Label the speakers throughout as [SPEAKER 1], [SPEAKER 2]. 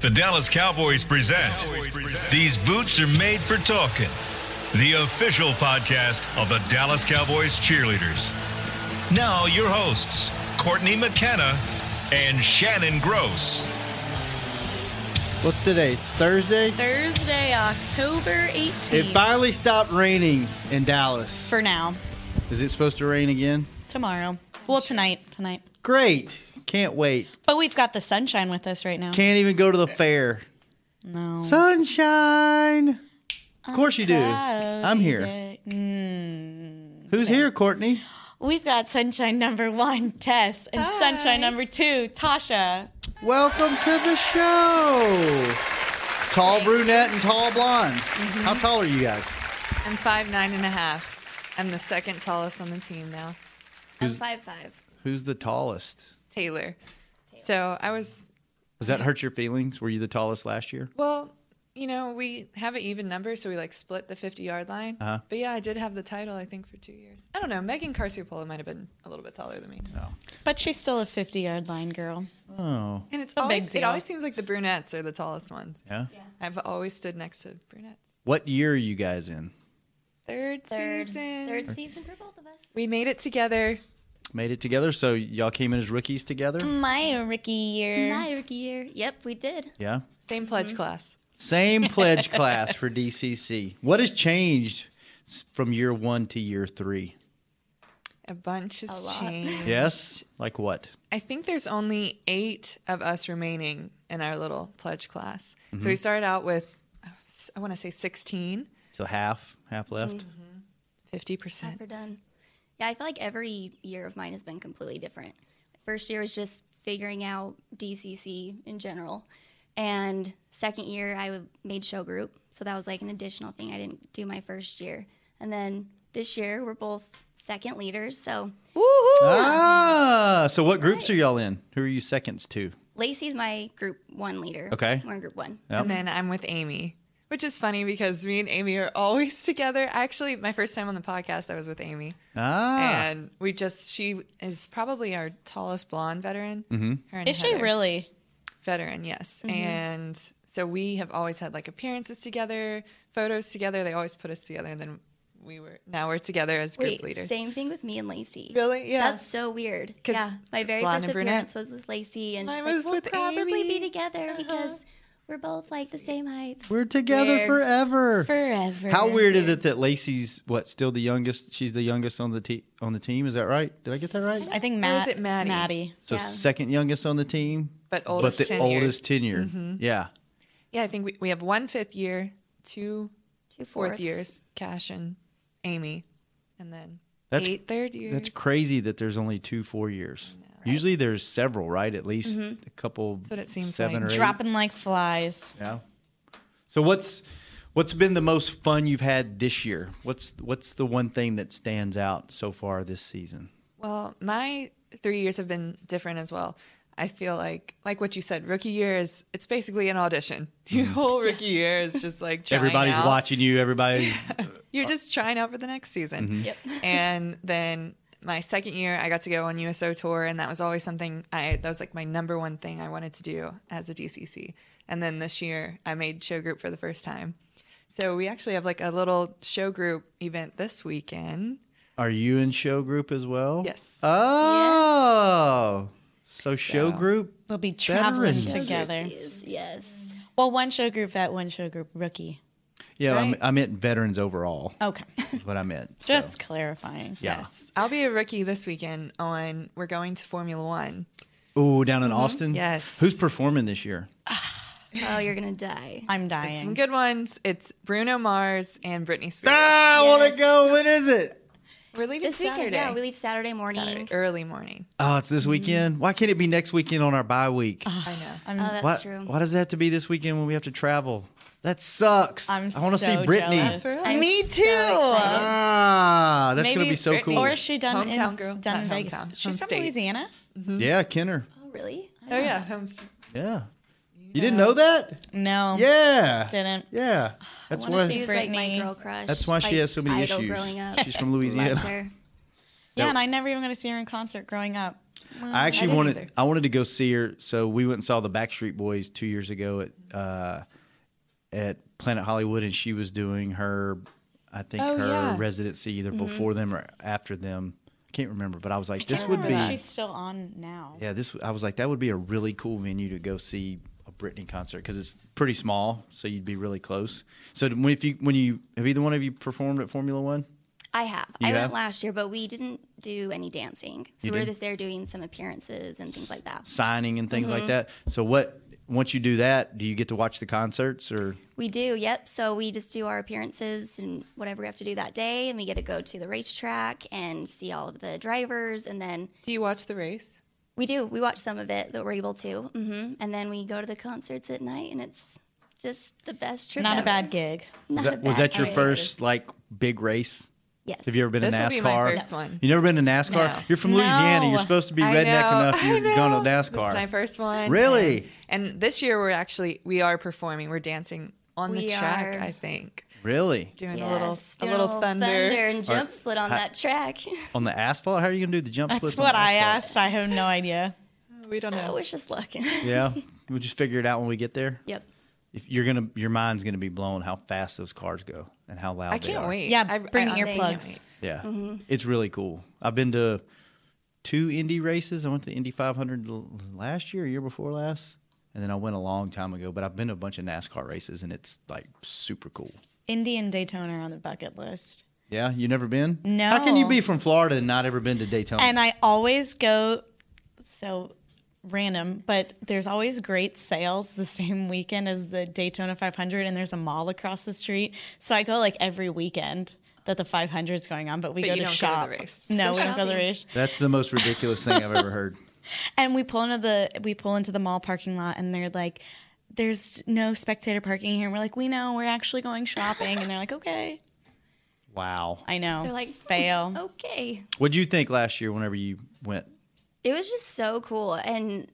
[SPEAKER 1] The Dallas Cowboys present These Boots Are Made for Talking, the official podcast of the Dallas Cowboys cheerleaders. Now, your hosts, Courtney McKenna and Shannon Gross.
[SPEAKER 2] What's today? Thursday?
[SPEAKER 3] Thursday, October 18th.
[SPEAKER 2] It finally stopped raining in Dallas.
[SPEAKER 3] for now.
[SPEAKER 2] Is it supposed to rain again?
[SPEAKER 3] Tomorrow. Well, tonight. Tonight.
[SPEAKER 2] Great. Can't wait.
[SPEAKER 3] But we've got the sunshine with us right now.
[SPEAKER 2] Can't even go to the fair.
[SPEAKER 3] no.
[SPEAKER 2] Sunshine. Of course you do. I'm here. Who's here, Courtney?
[SPEAKER 3] Hmm. We've got sunshine number one, Tess, and sunshine number two, Tasha.
[SPEAKER 2] Welcome to the show. Tall brunette and tall blonde.
[SPEAKER 4] Mm-hmm.
[SPEAKER 2] How tall are you guys?
[SPEAKER 5] I'm five nine and a half. I'm the second tallest on the team now.
[SPEAKER 4] I'm five five.
[SPEAKER 2] Who's the tallest?
[SPEAKER 5] Taylor. So I was
[SPEAKER 2] Does that hurt your feelings? Were you the tallest last year?
[SPEAKER 5] well, you know, we have an even number, so we like split the fifty yard line.
[SPEAKER 2] Uh-huh.
[SPEAKER 5] But yeah, I did have the title I think for two years. I don't know. Megan Carciopolo might have been a little bit taller than me.
[SPEAKER 3] But she's still a 50 yard line girl.
[SPEAKER 2] Oh,
[SPEAKER 5] And it's
[SPEAKER 3] a
[SPEAKER 5] always
[SPEAKER 3] big
[SPEAKER 5] it
[SPEAKER 3] deal.
[SPEAKER 5] always seems like the brunettes are the tallest ones.
[SPEAKER 2] yeah.
[SPEAKER 5] I've always stood next to brunettes.
[SPEAKER 2] What year are you guys in?
[SPEAKER 5] Third,
[SPEAKER 4] Third
[SPEAKER 5] season.
[SPEAKER 4] third season for both of us.
[SPEAKER 5] We made it together.
[SPEAKER 2] Made it together, so y'all came in as rookies together?
[SPEAKER 3] My rookie year.
[SPEAKER 4] My rookie year. Yep, we did.
[SPEAKER 2] Yeah.
[SPEAKER 5] Same pledge class.
[SPEAKER 2] Same pledge class for DCC. What has changed s- from year one to year three?
[SPEAKER 5] A bunch has
[SPEAKER 4] lot.
[SPEAKER 5] changed.
[SPEAKER 2] Yes? Like what?
[SPEAKER 5] I think there's only eight of us remaining in our little pledge class. So
[SPEAKER 2] Mm-hmm.
[SPEAKER 5] we started out with, I s- I want to say 16,
[SPEAKER 2] So half, half left?
[SPEAKER 5] 50%.
[SPEAKER 4] We're done. Yeah, I feel like every year of mine has been completely different. First year was just figuring out DCC in general, and second year I w- made show group, so that was like an additional thing I didn't do my first year. And then this year we're both second leaders, so
[SPEAKER 2] Ah, so what groups are y'all in? Who are you seconds to?
[SPEAKER 4] Lacey's my group one leader.
[SPEAKER 2] Okay.
[SPEAKER 4] we're in group one.
[SPEAKER 2] Yep.
[SPEAKER 5] And then I'm with Amy, which is funny because me and Amy are always together. Actually, my first time on the podcast, I was with Amy.
[SPEAKER 2] Ah,
[SPEAKER 5] And we just, she is probably our tallest blonde veteran. Mm-hmm. Her and
[SPEAKER 3] Is she
[SPEAKER 5] Heather.
[SPEAKER 3] really? Mm-hmm.
[SPEAKER 5] veteran yes and so we have always had like appearances together photos together they always put us together and then we were now we're together as group
[SPEAKER 4] Wait,
[SPEAKER 5] leaders
[SPEAKER 4] same thing with me and Lacey.
[SPEAKER 5] Really? Yeah.
[SPEAKER 4] That's so weird.
[SPEAKER 5] 'Cause
[SPEAKER 4] Yeah. My very
[SPEAKER 5] blonde
[SPEAKER 4] first
[SPEAKER 5] and brunette.
[SPEAKER 4] appearance was with Lacey, and
[SPEAKER 5] Mine
[SPEAKER 4] she's like,
[SPEAKER 5] was
[SPEAKER 4] we'll
[SPEAKER 5] with
[SPEAKER 4] probably
[SPEAKER 5] Amy." Uh-huh.
[SPEAKER 4] be together because we're both like the same height.
[SPEAKER 2] we're together
[SPEAKER 3] Weird.
[SPEAKER 2] forever.
[SPEAKER 3] Forever.
[SPEAKER 2] How weird is it that Lacey's what still the youngest? She's the youngest on the te- on the team. Is that right? Did I get that right?
[SPEAKER 3] I think
[SPEAKER 5] Or
[SPEAKER 3] Matt.
[SPEAKER 5] is it Maddie?
[SPEAKER 3] Maddie.
[SPEAKER 2] So
[SPEAKER 4] Yeah.
[SPEAKER 2] second youngest on the team,
[SPEAKER 5] but
[SPEAKER 2] but
[SPEAKER 5] oldest
[SPEAKER 2] the
[SPEAKER 5] 10 years.
[SPEAKER 2] oldest tenure. Yeah.
[SPEAKER 5] yeah i think we, we have one fifth year two
[SPEAKER 4] Two
[SPEAKER 5] fourth
[SPEAKER 4] fourths.
[SPEAKER 5] years cash and amy and then
[SPEAKER 2] That's-
[SPEAKER 5] eight third years
[SPEAKER 2] That's crazy that there's only two four years. Usually there's several, right? At least a couple.
[SPEAKER 5] Mm-hmm. what it seems
[SPEAKER 2] seven
[SPEAKER 5] like.
[SPEAKER 2] or eight.
[SPEAKER 3] Dropping like flies.
[SPEAKER 2] Yeah. So what's what's been the most fun you've had this year? What's what's the one thing that stands out so far this season?
[SPEAKER 5] Well, my three years have been different as well. I feel like, like what you said, rookie year is it's basically an audition. Your whole rookie year is just like trying
[SPEAKER 2] Mm-hmm. Everybody's
[SPEAKER 5] out.
[SPEAKER 2] watching you. Everybody's
[SPEAKER 5] You're just trying out for the next season. Yep. and then my second year, I got to go on USO tour, and that was always something I that was like my number one thing I wanted to do as a DCC. And then this year, I made show group for the first time. So we actually have like a little show group event this weekend.
[SPEAKER 2] Are you in show group as well?
[SPEAKER 5] Yes.
[SPEAKER 2] Oh. So show
[SPEAKER 5] So-
[SPEAKER 2] group
[SPEAKER 3] We'll be traveling
[SPEAKER 2] Veterans.
[SPEAKER 3] together.
[SPEAKER 4] Rookies, Yes.
[SPEAKER 3] Well, one show group vet, one show group rookie.
[SPEAKER 2] Yeah,
[SPEAKER 5] Right.
[SPEAKER 2] I, I meant veterans overall.
[SPEAKER 3] Okay.
[SPEAKER 2] Is what I meant. So,
[SPEAKER 3] Just clarifying.
[SPEAKER 2] yeah.
[SPEAKER 5] Yes. I'll be a rookie this weekend on we're going to Formula One.
[SPEAKER 2] Ooh, down in Austin.
[SPEAKER 5] Mm-hmm. Yes.
[SPEAKER 2] Who's performing this year?
[SPEAKER 4] Oh, you're gonna die.
[SPEAKER 3] I'm
[SPEAKER 5] Some
[SPEAKER 3] dying.
[SPEAKER 5] good ones. It's Bruno Mars and Britney Spears.
[SPEAKER 2] I want to go. When is it?
[SPEAKER 5] We're leaving
[SPEAKER 4] This
[SPEAKER 5] Saturday.
[SPEAKER 4] weekend, yeah, we leave Saturday morning.
[SPEAKER 5] Saturday, early morning.
[SPEAKER 2] Oh, it's this weekend. Why can't it be next weekend on our bye week?
[SPEAKER 5] I know.
[SPEAKER 2] Um,
[SPEAKER 4] Oh, that's
[SPEAKER 2] why,
[SPEAKER 4] true.
[SPEAKER 2] why does it have to be this weekend when we have to travel? That sucks.
[SPEAKER 3] I'm
[SPEAKER 2] I want to see
[SPEAKER 3] so
[SPEAKER 2] Brittany.
[SPEAKER 3] jealous.
[SPEAKER 4] I'm
[SPEAKER 3] Me
[SPEAKER 4] so
[SPEAKER 3] too.
[SPEAKER 4] excited.
[SPEAKER 2] Ah, that's gonna
[SPEAKER 3] Maybe
[SPEAKER 2] be so
[SPEAKER 5] Brittany
[SPEAKER 2] cool.
[SPEAKER 3] Or is she done in
[SPEAKER 5] Hometown girl.
[SPEAKER 3] Done in
[SPEAKER 5] Not
[SPEAKER 3] Vegas.
[SPEAKER 5] hometown.
[SPEAKER 3] She's
[SPEAKER 5] Home
[SPEAKER 3] from
[SPEAKER 5] state.
[SPEAKER 3] Louisiana.
[SPEAKER 2] yeah, Kenner.
[SPEAKER 4] Oh, really?
[SPEAKER 5] Oh yeah, homestead.
[SPEAKER 2] Yeah. You didn't know that?
[SPEAKER 3] No.
[SPEAKER 2] Yeah.
[SPEAKER 3] Didn't.
[SPEAKER 2] Yeah. That's
[SPEAKER 3] Um, wanna
[SPEAKER 2] why.
[SPEAKER 3] see
[SPEAKER 4] She was like my
[SPEAKER 3] Brittany.
[SPEAKER 4] girl crush.
[SPEAKER 2] That's why she
[SPEAKER 4] like,
[SPEAKER 2] has so many
[SPEAKER 4] idol
[SPEAKER 2] issues.
[SPEAKER 4] Growing up.
[SPEAKER 2] She's from
[SPEAKER 4] Loved
[SPEAKER 2] Louisiana.
[SPEAKER 4] her.
[SPEAKER 3] Yeah,
[SPEAKER 2] No.
[SPEAKER 3] and Mm-hmm. I never even got to see her in concert growing up.
[SPEAKER 2] I actually
[SPEAKER 4] didn't
[SPEAKER 2] wanted
[SPEAKER 4] either.
[SPEAKER 2] I wanted to go see her. So we went and saw the Backstreet Boys two years ago at uh, at Planet Hollywood, and she was doing her, I think
[SPEAKER 5] Oh,
[SPEAKER 2] her
[SPEAKER 5] yeah.
[SPEAKER 2] residency either before them or after them. I can't remember, but I was like, this
[SPEAKER 3] I
[SPEAKER 2] would
[SPEAKER 3] remember
[SPEAKER 2] be
[SPEAKER 3] that. She's still on now.
[SPEAKER 2] yeah. This I was like, that would be a really cool venue to go see a Britney concert because it's pretty small, so you'd be really close. So when if you when you have either one of you performed at Formula One?
[SPEAKER 4] I have.
[SPEAKER 2] You
[SPEAKER 4] I
[SPEAKER 2] have?
[SPEAKER 4] went last year, but we didn't do any dancing. So
[SPEAKER 2] You
[SPEAKER 4] we are
[SPEAKER 2] didn't?
[SPEAKER 4] just there doing some appearances and things like that.
[SPEAKER 2] signing and things like that. So what once you do that, do you get to watch the concerts or
[SPEAKER 4] We do, yep. So we just do our appearances and whatever we have to do that day, and we get to go to the racetrack and see all of the drivers, and then
[SPEAKER 5] Do you watch the race?
[SPEAKER 4] we do. We watch some of it that we're able to, hmm and then we go to the concerts at night, and it's just the best trip.
[SPEAKER 3] Not a
[SPEAKER 4] ever.
[SPEAKER 3] bad gig.
[SPEAKER 4] Not
[SPEAKER 2] was
[SPEAKER 4] a
[SPEAKER 2] that, was
[SPEAKER 4] bad
[SPEAKER 2] that your
[SPEAKER 4] gig.
[SPEAKER 2] first like big race?
[SPEAKER 4] Yes.
[SPEAKER 2] Have you ever been to NASCAR?
[SPEAKER 5] This will be my first one.
[SPEAKER 2] You never been to NASCAR?
[SPEAKER 5] No.
[SPEAKER 2] You're from Louisiana. You're
[SPEAKER 3] No.
[SPEAKER 2] supposed to be
[SPEAKER 5] I
[SPEAKER 2] redneck
[SPEAKER 5] know,
[SPEAKER 2] enough.
[SPEAKER 5] I
[SPEAKER 2] You've gone to
[SPEAKER 5] know. This is
[SPEAKER 2] NASCAR.
[SPEAKER 5] my first one.
[SPEAKER 2] Really?
[SPEAKER 5] And, and this year we're actually we are performing. We're dancing on
[SPEAKER 4] We
[SPEAKER 5] the track.
[SPEAKER 4] are.
[SPEAKER 5] I think
[SPEAKER 2] really?
[SPEAKER 5] doing
[SPEAKER 4] Yes,
[SPEAKER 5] a little
[SPEAKER 4] doing
[SPEAKER 5] a little thunder.
[SPEAKER 4] and jump split on that track.
[SPEAKER 2] On the asphalt? How are you gonna do the jump
[SPEAKER 3] That's
[SPEAKER 2] splits? on
[SPEAKER 3] what I
[SPEAKER 2] asphalt?
[SPEAKER 3] asked. I have no idea.
[SPEAKER 5] Oh, We don't
[SPEAKER 4] I
[SPEAKER 5] know.
[SPEAKER 4] wish us luck.
[SPEAKER 2] Yeah. We'll just figure it out when we get there.
[SPEAKER 4] yep.
[SPEAKER 2] If you're gonna your mind's gonna be blown how fast those cars go and how loud
[SPEAKER 5] I
[SPEAKER 2] they
[SPEAKER 5] can't
[SPEAKER 2] are.
[SPEAKER 5] wait.
[SPEAKER 3] Yeah,
[SPEAKER 5] I,
[SPEAKER 3] bring
[SPEAKER 5] I honestly can't
[SPEAKER 3] earplugs.
[SPEAKER 5] wait.
[SPEAKER 2] Yeah, it's really cool. I've been to two Indy races. I went to the Indy 500 l- last year, year before last, and then I went a long time ago. But I've been to a bunch of NASCAR races, and it's like super cool.
[SPEAKER 3] Indy and Daytona are on the bucket list.
[SPEAKER 2] Yeah, you never been?
[SPEAKER 3] No.
[SPEAKER 2] How can you be from Florida and not ever been to Daytona?
[SPEAKER 3] And I always go so random, but there's always great sales the same weekend as the Daytona 500, and there's a mall across the street. So I go like every weekend that the 500 is going on, but we
[SPEAKER 5] But
[SPEAKER 3] go
[SPEAKER 5] you
[SPEAKER 3] to
[SPEAKER 5] don't go
[SPEAKER 3] shop.
[SPEAKER 5] to the race.
[SPEAKER 3] No,
[SPEAKER 4] Still
[SPEAKER 3] we don't go to the
[SPEAKER 4] shopping.
[SPEAKER 3] race.
[SPEAKER 2] That's the most ridiculous thing I've ever heard.
[SPEAKER 3] And we pull into the we pull into the mall parking lot, and they're like. There's no spectator parking here. And we're like, we know, we're actually going shopping. And they're like, okay.
[SPEAKER 2] Wow.
[SPEAKER 3] I know.
[SPEAKER 4] They're like "Oh,
[SPEAKER 3] fail.
[SPEAKER 4] Okay.
[SPEAKER 2] What'd you think last year whenever you went?
[SPEAKER 4] It was just so cool. And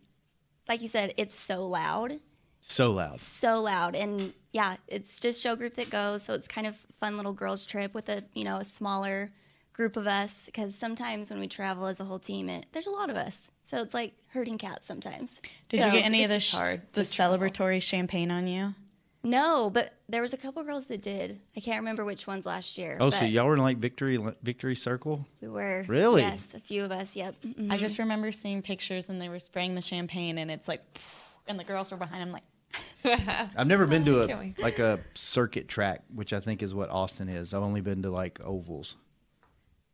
[SPEAKER 4] like you said, it's so loud.
[SPEAKER 2] So loud.
[SPEAKER 4] So loud. And yeah, it's just show group that goes. So it's kind of fun little girls trip with a, you know, a smaller group of us. Cause sometimes when we travel as a whole team, it, there's a lot of us. So it's like herding cats sometimes.
[SPEAKER 3] Did
[SPEAKER 4] So-
[SPEAKER 3] you get any of
[SPEAKER 5] it's
[SPEAKER 3] the,
[SPEAKER 5] just
[SPEAKER 3] sh-
[SPEAKER 5] hard
[SPEAKER 3] the
[SPEAKER 5] to travel.
[SPEAKER 3] celebratory champagne on you?
[SPEAKER 4] No, but there was a couple girls that did. I can't remember which ones last year.
[SPEAKER 2] Oh,
[SPEAKER 4] but
[SPEAKER 2] so y'all were in like victory victory circle?
[SPEAKER 4] We were.
[SPEAKER 2] Really? Oh,
[SPEAKER 4] Yes, a few of us. Yep. Mhm.
[SPEAKER 3] I just remember seeing pictures and they were spraying the champagne and it's like, and the girls were behind them like,
[SPEAKER 2] I've never been to
[SPEAKER 5] can't
[SPEAKER 2] a
[SPEAKER 5] we?
[SPEAKER 2] like a circuit track, which I think is what Austin is. I've only been to like ovals.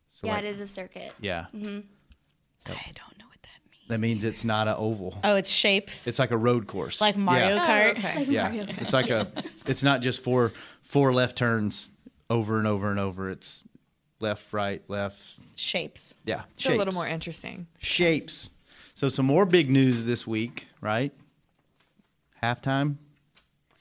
[SPEAKER 2] So
[SPEAKER 4] Yeah,
[SPEAKER 2] like-
[SPEAKER 4] it is a circuit.
[SPEAKER 2] Yeah,
[SPEAKER 3] I don't know what that means.
[SPEAKER 2] that means it's not an oval.
[SPEAKER 3] Oh, it's shapes.
[SPEAKER 2] It's like a road course,
[SPEAKER 3] like Mario
[SPEAKER 2] Yeah,
[SPEAKER 3] Kart.
[SPEAKER 5] Oh, okay.
[SPEAKER 2] yeah. it's like a. It's not just four four left turns over and over and over. It's left, right, left.
[SPEAKER 3] Shapes.
[SPEAKER 2] Yeah,
[SPEAKER 5] It's a little more interesting.
[SPEAKER 2] shapes. So some more big news this week, right? Halftime.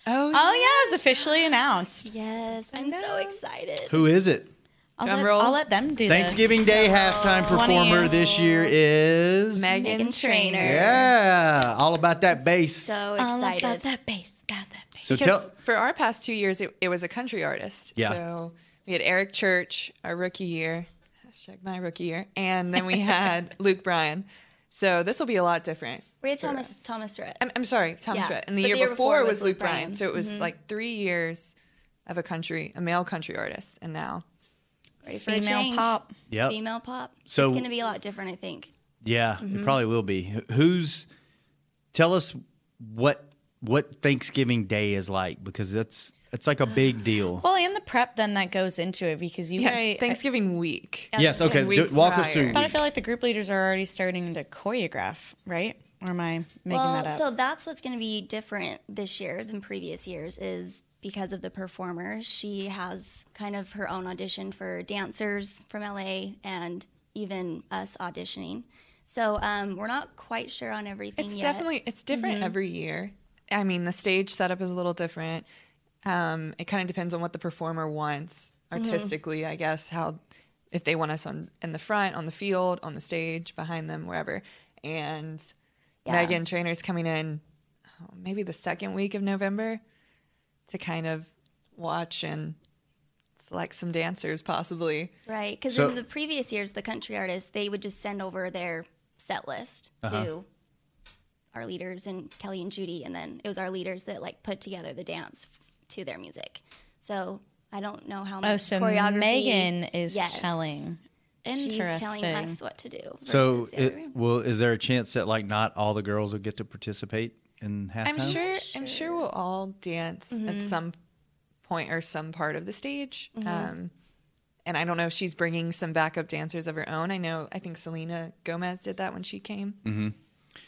[SPEAKER 5] Oh,
[SPEAKER 3] Oh, yeah, it was officially announced.
[SPEAKER 4] Yes, I'm so excited.
[SPEAKER 2] Who is it?
[SPEAKER 3] I'll,
[SPEAKER 5] Drum
[SPEAKER 3] let,
[SPEAKER 5] roll.
[SPEAKER 3] I'll let them do that.
[SPEAKER 2] Thanksgiving Day halftime
[SPEAKER 3] One of
[SPEAKER 2] performer
[SPEAKER 3] you.
[SPEAKER 2] this year is
[SPEAKER 5] Megan
[SPEAKER 4] Megan Trainor.
[SPEAKER 5] Trainor.
[SPEAKER 2] Yeah, all about that bass. So,
[SPEAKER 4] So
[SPEAKER 3] All about
[SPEAKER 4] excited.
[SPEAKER 3] that bass. About that bass.
[SPEAKER 2] tell
[SPEAKER 5] Because for our past two years, it, it was a country artist.
[SPEAKER 2] Yeah.
[SPEAKER 5] So we had Eric Church, our rookie year, hashtag my rookie year, and then we had Luke Bryan. So this will be a lot different.
[SPEAKER 4] Rhea Thomas Thomas Rhett.
[SPEAKER 5] I'm, I'm sorry, Thomas
[SPEAKER 4] Yeah.
[SPEAKER 5] Rhett. And the
[SPEAKER 4] But
[SPEAKER 5] year, before, was Luke Bryan. Mm-hmm.
[SPEAKER 4] Bryan.
[SPEAKER 5] So it was like three years of a country, a male country artist, and now
[SPEAKER 4] Ready for a
[SPEAKER 3] Female
[SPEAKER 4] change.
[SPEAKER 3] pop.
[SPEAKER 2] Yep.
[SPEAKER 4] Female pop.
[SPEAKER 2] So-
[SPEAKER 4] it's going to be a lot different, I think.
[SPEAKER 2] Yeah, it probably will be. Wh- Who's tell us what what Thanksgiving Day is like because that's it's like a big deal.
[SPEAKER 3] Well, and the prep then that goes into it because you
[SPEAKER 5] yeah,
[SPEAKER 3] guys.
[SPEAKER 5] Thanksgiving week.
[SPEAKER 2] yes, okay.
[SPEAKER 5] week
[SPEAKER 2] do- walk us
[SPEAKER 5] prior.
[SPEAKER 2] through.
[SPEAKER 3] But I
[SPEAKER 2] week.
[SPEAKER 3] feel like the group leaders are already starting to choreograph, right? Or am I making
[SPEAKER 4] well,
[SPEAKER 3] that up?
[SPEAKER 4] so that's what's going to be different this year than previous years is because of the performer. She has kind of her own audition for dancers from LA and even us auditioning. So um, we're not quite sure on everything
[SPEAKER 5] It's
[SPEAKER 4] yet.
[SPEAKER 5] definitely it's different every year. I mean, the stage setup is a little different. Um, it kind of depends on what the performer wants artistically, I guess. How if they want us on in the front, on the field, on the stage, behind them, wherever. And Megan Trainor's coming in oh, maybe the second week of November to kind of watch and select some dancers, possibly.
[SPEAKER 4] Right, because
[SPEAKER 2] So-
[SPEAKER 4] in the previous years, the country artists they would just send over their set list
[SPEAKER 2] Uh-huh.
[SPEAKER 4] to our leaders and Kelly and Judy, and then it was our leaders that like put together the dance f- to their music. So I don't know how much
[SPEAKER 3] Oh, so
[SPEAKER 4] choreography
[SPEAKER 3] Megan is
[SPEAKER 4] Yes.
[SPEAKER 3] telling.
[SPEAKER 4] She's telling us
[SPEAKER 3] Interesting.
[SPEAKER 4] what to do.
[SPEAKER 2] So,
[SPEAKER 4] versus the other way
[SPEAKER 2] it,
[SPEAKER 4] around.
[SPEAKER 2] well, is there a chance that like not all the girls will get to participate in halftime?
[SPEAKER 5] I'm sure, I'm sure we'll all dance
[SPEAKER 4] Mm-hmm.
[SPEAKER 5] at some point or some part of the stage. Um, and I don't know if she's bringing some backup dancers of her own. I know, I think Selena Gomez did that when she came.
[SPEAKER 2] Mm-hmm.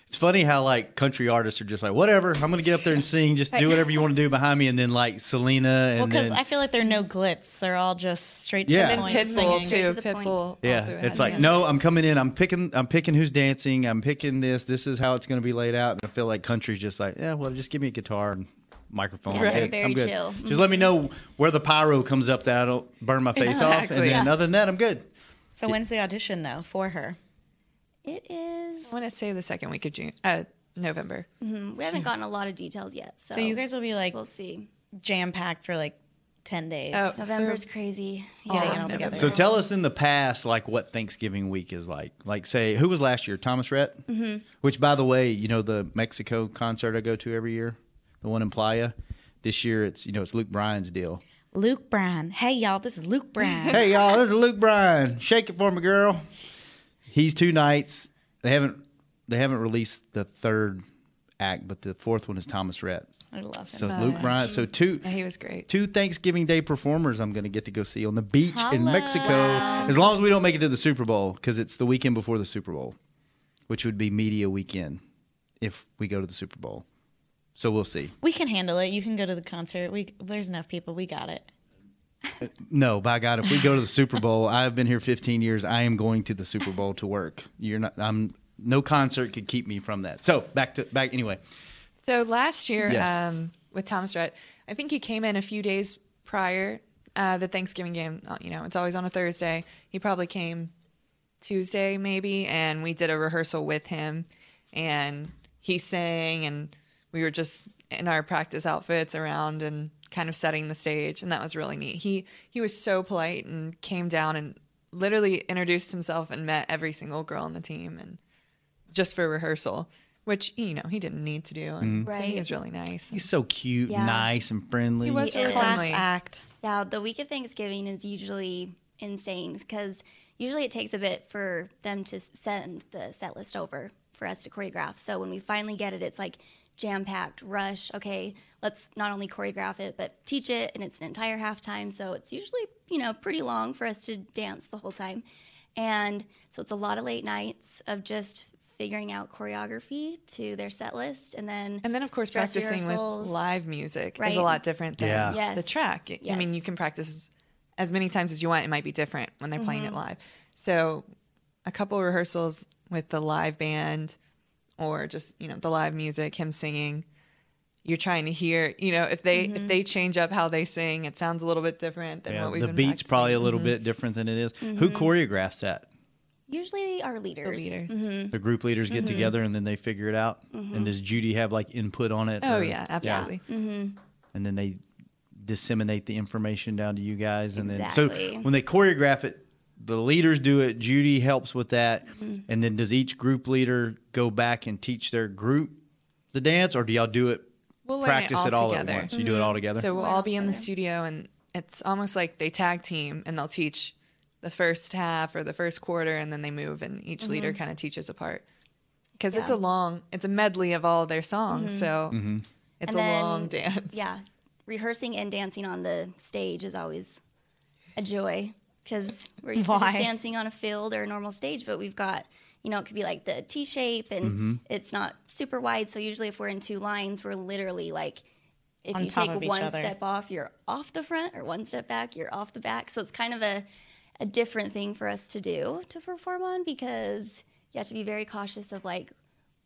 [SPEAKER 2] It's funny how like country artists are just like whatever. I'm gonna get up there and sing. Just do whatever you want to do behind me, and then like Selena and
[SPEAKER 3] Well, because
[SPEAKER 2] then
[SPEAKER 3] I feel like there are no glitz. They're all just straight to
[SPEAKER 2] Yeah.
[SPEAKER 3] the
[SPEAKER 5] And
[SPEAKER 3] point.
[SPEAKER 5] Pitbull
[SPEAKER 3] singing.
[SPEAKER 4] Straight to
[SPEAKER 5] too.
[SPEAKER 4] the point.
[SPEAKER 5] Pitbull.
[SPEAKER 2] yeah,
[SPEAKER 5] also
[SPEAKER 2] it's
[SPEAKER 5] had
[SPEAKER 2] like
[SPEAKER 5] dancers.
[SPEAKER 2] no, I'm coming in. I'm picking. I'm picking who's dancing. I'm picking this. This is how it's gonna be laid out. And I feel like country's just like yeah, well, just give me a guitar and microphone.
[SPEAKER 4] Yeah,
[SPEAKER 2] I'm
[SPEAKER 4] they're
[SPEAKER 2] good.
[SPEAKER 4] very
[SPEAKER 2] I'm good.
[SPEAKER 4] chill. Mm-hmm.
[SPEAKER 2] Just let me know where the pyro comes up that I don't burn my face off, and
[SPEAKER 5] Exactly.
[SPEAKER 2] then other than that, I'm good.
[SPEAKER 3] So when's the audition though for her?
[SPEAKER 4] it is. um,
[SPEAKER 5] I want to say the second week of June, uh, November.
[SPEAKER 4] We haven't gotten a lot of details yet. So,
[SPEAKER 3] Hmm. So you guys will be like
[SPEAKER 4] we'll see.
[SPEAKER 3] jam packed for like ten days.
[SPEAKER 5] Oh,
[SPEAKER 4] November's crazy.
[SPEAKER 3] Oh,
[SPEAKER 5] all
[SPEAKER 3] Yeah,
[SPEAKER 5] of
[SPEAKER 3] I don't think
[SPEAKER 5] November.
[SPEAKER 2] So tell us in the past, like what Thanksgiving week is like. Like, say, who was last year? Thomas Rhett? Mm-hmm. Which, by the way, you know, the Mexico concert I go to every year, the one in Playa. This year, it's, you know, it's Luke Bryan's deal.
[SPEAKER 3] Luke Bryan. Hey y'all, this is Luke Bryan.
[SPEAKER 2] Hey, y'all, this is Luke Bryan. Shake it for me, girl. He's two nights. They haven't they haven't released the third act, but the fourth one is Thomas Rhett.
[SPEAKER 3] I love him.
[SPEAKER 2] So it's Luke Bryan. So two
[SPEAKER 5] Yeah, he was great.
[SPEAKER 2] two Thanksgiving Day performers I'm going to get to go see on the beach in Mexico. As long as we don't make it to the Super Bowl, because it's the weekend before the Super Bowl, which would be media weekend if we go to the Super Bowl. So we'll see.
[SPEAKER 3] we can handle it. You can go to the concert. We there's enough people. We got it.
[SPEAKER 2] No, by God, if we go to the Super Bowl, I've been here 15 years. I am going to the Super Bowl to work. You're not. I'm. No concert could keep me from that. So back to back. Anyway,
[SPEAKER 5] So last year
[SPEAKER 2] Yes.
[SPEAKER 5] um, with Thomas Rhett, I think he came in a few days prior uh, the Thanksgiving game. uh, You know, it's always on a Thursday. He probably came Tuesday maybe, and we did a rehearsal with him, and he sang, and we were just in our practice outfits around and kind of setting the stage, and that was really neat. He he was so polite and came down and literally introduced himself and met every single girl on the team and just for rehearsal, which you know he didn't need to do. And so he
[SPEAKER 4] Right.
[SPEAKER 5] was really nice.
[SPEAKER 2] he's so cute,
[SPEAKER 4] Yeah.
[SPEAKER 2] nice, and friendly.
[SPEAKER 5] He was really
[SPEAKER 3] Class
[SPEAKER 5] friendly.
[SPEAKER 3] act.
[SPEAKER 4] Now, the week of Thanksgiving is usually insane because usually it takes a bit for them to s- send the set list over for us to choreograph. So when we finally get it, it's like jam packed, rush. Okay, let's not only choreograph it, but teach it. And it's an entire halftime. So it's usually, you know, pretty long for us to dance the whole time. And so it's a lot of late nights of just figuring out choreography to their set list and then
[SPEAKER 5] And then of course
[SPEAKER 4] dress
[SPEAKER 5] practicing with
[SPEAKER 4] rehearsals.
[SPEAKER 5] live music is a
[SPEAKER 4] Right.
[SPEAKER 5] lot different than
[SPEAKER 2] Yeah.
[SPEAKER 4] Yes.
[SPEAKER 5] the track. I mean,
[SPEAKER 4] Yes.
[SPEAKER 5] you can practice as many times as you want. It might be different when they're
[SPEAKER 4] Mm-hmm.
[SPEAKER 5] playing it live. So a couple rehearsals with the live band or just, you know, the live music, him singing. You're trying to hear, you know, if they if
[SPEAKER 4] Mm-hmm.
[SPEAKER 5] they change up how they sing, it sounds a little bit different than
[SPEAKER 2] Yeah,
[SPEAKER 5] what we've
[SPEAKER 2] the
[SPEAKER 5] been
[SPEAKER 2] beat's
[SPEAKER 5] practicing.
[SPEAKER 2] probably a little bit different than it is. Who choreographs that?
[SPEAKER 4] usually our
[SPEAKER 5] The
[SPEAKER 4] leaders.
[SPEAKER 5] leaders.
[SPEAKER 2] the group leaders get together and then they figure it out and does judy have like input on it
[SPEAKER 5] Oh
[SPEAKER 2] or-
[SPEAKER 5] yeah, absolutely.
[SPEAKER 4] Mm-hmm.
[SPEAKER 2] and then they disseminate the information down to you guys and then
[SPEAKER 4] Exactly.
[SPEAKER 2] so when they choreograph it the leaders do it judy helps with that
[SPEAKER 5] Mm-hmm.
[SPEAKER 2] and then does each group leader go back and teach their group the dance or do y'all do it
[SPEAKER 5] We'll learn it
[SPEAKER 2] practice
[SPEAKER 5] all
[SPEAKER 2] it all, at
[SPEAKER 5] together.
[SPEAKER 2] once you do it all together
[SPEAKER 5] Mm-hmm. So we'll all be in the studio, and it's almost like they tag team and they'll teach the first half or the first quarter, and then they move, and each
[SPEAKER 4] Mm-hmm.
[SPEAKER 5] leader kind of teaches a part. Because it's a long, it's a medley of all their songs, so
[SPEAKER 2] Mm-hmm.
[SPEAKER 5] it's
[SPEAKER 4] Mm-hmm. And
[SPEAKER 5] a
[SPEAKER 4] then-
[SPEAKER 5] long dance.
[SPEAKER 4] yeah rehearsing and dancing on the stage is always a joy because we're used to
[SPEAKER 3] Why?
[SPEAKER 4] just dancing on a field or a normal stage but we've got you know it could be like the t shape and
[SPEAKER 3] Mm-hmm.
[SPEAKER 4] it's not super wide so usually if we're in two lines we're literally like if
[SPEAKER 3] On
[SPEAKER 4] you
[SPEAKER 3] top
[SPEAKER 4] take
[SPEAKER 3] of each
[SPEAKER 4] one
[SPEAKER 3] other.
[SPEAKER 4] step off you're off the front or one step back you're off the back so it's kind of a a different thing for us to do to perform on because you have to be very cautious of like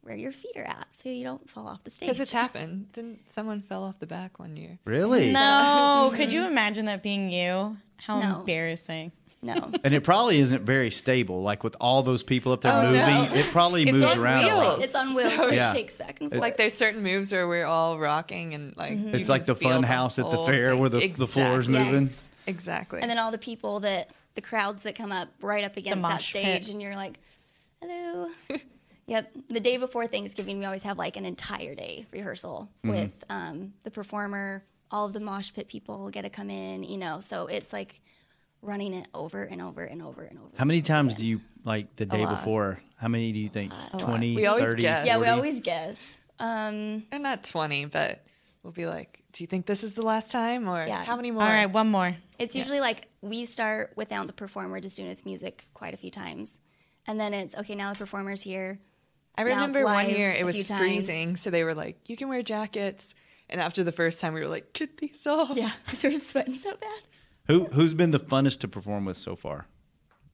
[SPEAKER 4] where your feet are at so you don't fall off the stage
[SPEAKER 5] Because it's happened. Didn't someone fell off the back one year?
[SPEAKER 2] really
[SPEAKER 3] No, Oh, could you imagine that being you? How
[SPEAKER 4] No.
[SPEAKER 3] embarrassing.
[SPEAKER 4] no
[SPEAKER 2] and it probably isn't very stable like with all those people up there
[SPEAKER 5] Oh,
[SPEAKER 2] moving
[SPEAKER 5] no.
[SPEAKER 2] it probably moves
[SPEAKER 5] on
[SPEAKER 2] around a lot.
[SPEAKER 5] wheels.
[SPEAKER 4] It's on wheels.
[SPEAKER 5] So-
[SPEAKER 4] So it
[SPEAKER 2] Yeah.
[SPEAKER 4] shakes back and forth.
[SPEAKER 5] Like there's certain moves where we're all rocking and like
[SPEAKER 4] Mm-hmm.
[SPEAKER 5] you
[SPEAKER 2] It's like
[SPEAKER 5] can
[SPEAKER 2] the
[SPEAKER 5] feel
[SPEAKER 2] fun house at the
[SPEAKER 5] whole
[SPEAKER 2] fair
[SPEAKER 5] thing.
[SPEAKER 2] where the, the floor is
[SPEAKER 5] Oh, Exactly.
[SPEAKER 4] Yes.
[SPEAKER 2] moving.
[SPEAKER 5] Exactly.
[SPEAKER 4] and then all the people that the crowds that come up right up against that
[SPEAKER 3] mosh
[SPEAKER 4] stage,
[SPEAKER 3] pit.
[SPEAKER 4] and you're like, "Hello, Yep. The day before Thanksgiving, we always have like an entire day rehearsal
[SPEAKER 2] Mm-hmm.
[SPEAKER 4] with um, the performer. All of the mosh pit people get to come in, you know. So it's like running it over and over and over and over.
[SPEAKER 2] How many times do you like the day
[SPEAKER 4] lot.
[SPEAKER 2] before? How many do you think? 20,
[SPEAKER 5] We always
[SPEAKER 2] 30,
[SPEAKER 5] guess.
[SPEAKER 4] yeah, we
[SPEAKER 2] 40?
[SPEAKER 4] always guess. Um,
[SPEAKER 5] and not 20, but we'll be like, do you think this is the last time or
[SPEAKER 4] Yeah.
[SPEAKER 5] how many more?
[SPEAKER 3] All right, one more.
[SPEAKER 4] it's usually like we start without the performer, just doing it with music quite a few times, and then it's okay. Now the performer's here.
[SPEAKER 5] I
[SPEAKER 4] Now it's
[SPEAKER 5] remember one
[SPEAKER 4] live
[SPEAKER 5] year it
[SPEAKER 4] a
[SPEAKER 5] was
[SPEAKER 4] few times.
[SPEAKER 5] freezing, so they were like, you can wear jackets. And after the first time, we were like, get these off.
[SPEAKER 4] Yeah, because we're sweating so bad.
[SPEAKER 2] Who who's been the funnest to perform with so far?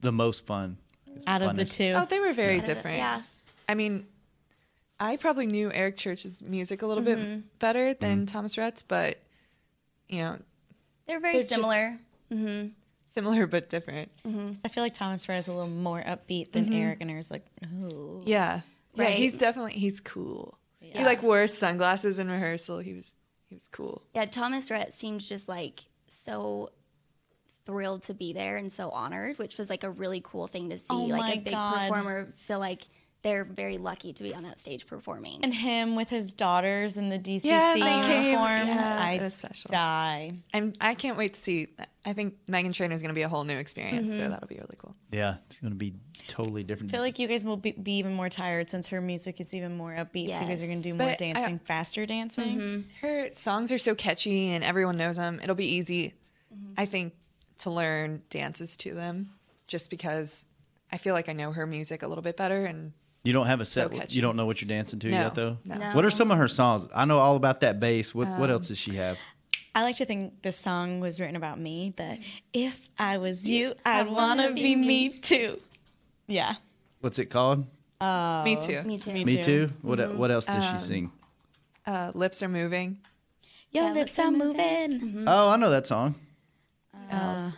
[SPEAKER 2] The most fun.
[SPEAKER 3] Out of the
[SPEAKER 2] funnest.
[SPEAKER 3] two.
[SPEAKER 5] Oh, they were very different.
[SPEAKER 4] Yeah.
[SPEAKER 5] I mean, I probably knew Eric Church's music a little
[SPEAKER 4] Mm-hmm.
[SPEAKER 5] bit better than Thomas Rhett's, but you know,
[SPEAKER 4] They're very
[SPEAKER 5] They're just-
[SPEAKER 4] similar.
[SPEAKER 5] similar but different.
[SPEAKER 4] Mm-hmm.
[SPEAKER 3] I feel like Thomas Ferrer is a little more upbeat than Eric, and Eric's like, oh.
[SPEAKER 5] Yeah, yeah.
[SPEAKER 4] Right.
[SPEAKER 5] He's definitely he's cool. He
[SPEAKER 4] Yeah.
[SPEAKER 5] like wore sunglasses in rehearsal. He was he was cool.
[SPEAKER 4] Yeah, Thomas Rhett seemed just like so thrilled to be there and so honored, which was like a really cool thing to see.
[SPEAKER 3] Oh
[SPEAKER 4] like
[SPEAKER 3] my
[SPEAKER 4] a big
[SPEAKER 3] God.
[SPEAKER 4] performer feel like they're very lucky to be on that stage performing.
[SPEAKER 3] And him with his daughters in the DCC
[SPEAKER 5] Yeah, they
[SPEAKER 3] uniform.
[SPEAKER 5] came. Yes,
[SPEAKER 3] I
[SPEAKER 5] it was special.
[SPEAKER 3] die.
[SPEAKER 5] I'm I can't wait to see. I think Megan Trainor is going to be a whole new experience,
[SPEAKER 4] Mm-hmm.
[SPEAKER 5] so that'll be really cool.
[SPEAKER 2] Yeah, it's gonna be totally different.
[SPEAKER 3] I feel like you guys will be, be even more tired since her music is even more upbeat. So you guys are going to do
[SPEAKER 5] But
[SPEAKER 3] more
[SPEAKER 5] I- Mm-hmm.
[SPEAKER 3] dancing, faster dancing.
[SPEAKER 5] Her songs are so catchy, and everyone knows them. It'll be easy,
[SPEAKER 3] Mm-hmm.
[SPEAKER 5] I think, to learn dances to them, just because I feel like I know her music a little bit better and.
[SPEAKER 2] you don't have a set.
[SPEAKER 5] catchy.
[SPEAKER 2] you don't know what you're dancing to
[SPEAKER 5] No,
[SPEAKER 2] yet, though.
[SPEAKER 5] no.
[SPEAKER 4] No.
[SPEAKER 2] What are some of her songs? I know all about that bass. What what else does she have?
[SPEAKER 3] I like to think this song was written about me. That
[SPEAKER 5] Mm-hmm.
[SPEAKER 3] if I was you, I'd want to be me too. Yeah.
[SPEAKER 2] What's it called?
[SPEAKER 3] Oh.
[SPEAKER 5] Me too.
[SPEAKER 4] me too.
[SPEAKER 2] Me
[SPEAKER 3] too.
[SPEAKER 2] too. What what else does she sing?
[SPEAKER 5] Uh, lips are moving.
[SPEAKER 3] Your
[SPEAKER 4] Yeah,
[SPEAKER 3] lips
[SPEAKER 4] lips
[SPEAKER 3] are
[SPEAKER 4] are
[SPEAKER 3] moving. Mm-hmm.
[SPEAKER 2] Oh, I know that song.
[SPEAKER 5] else.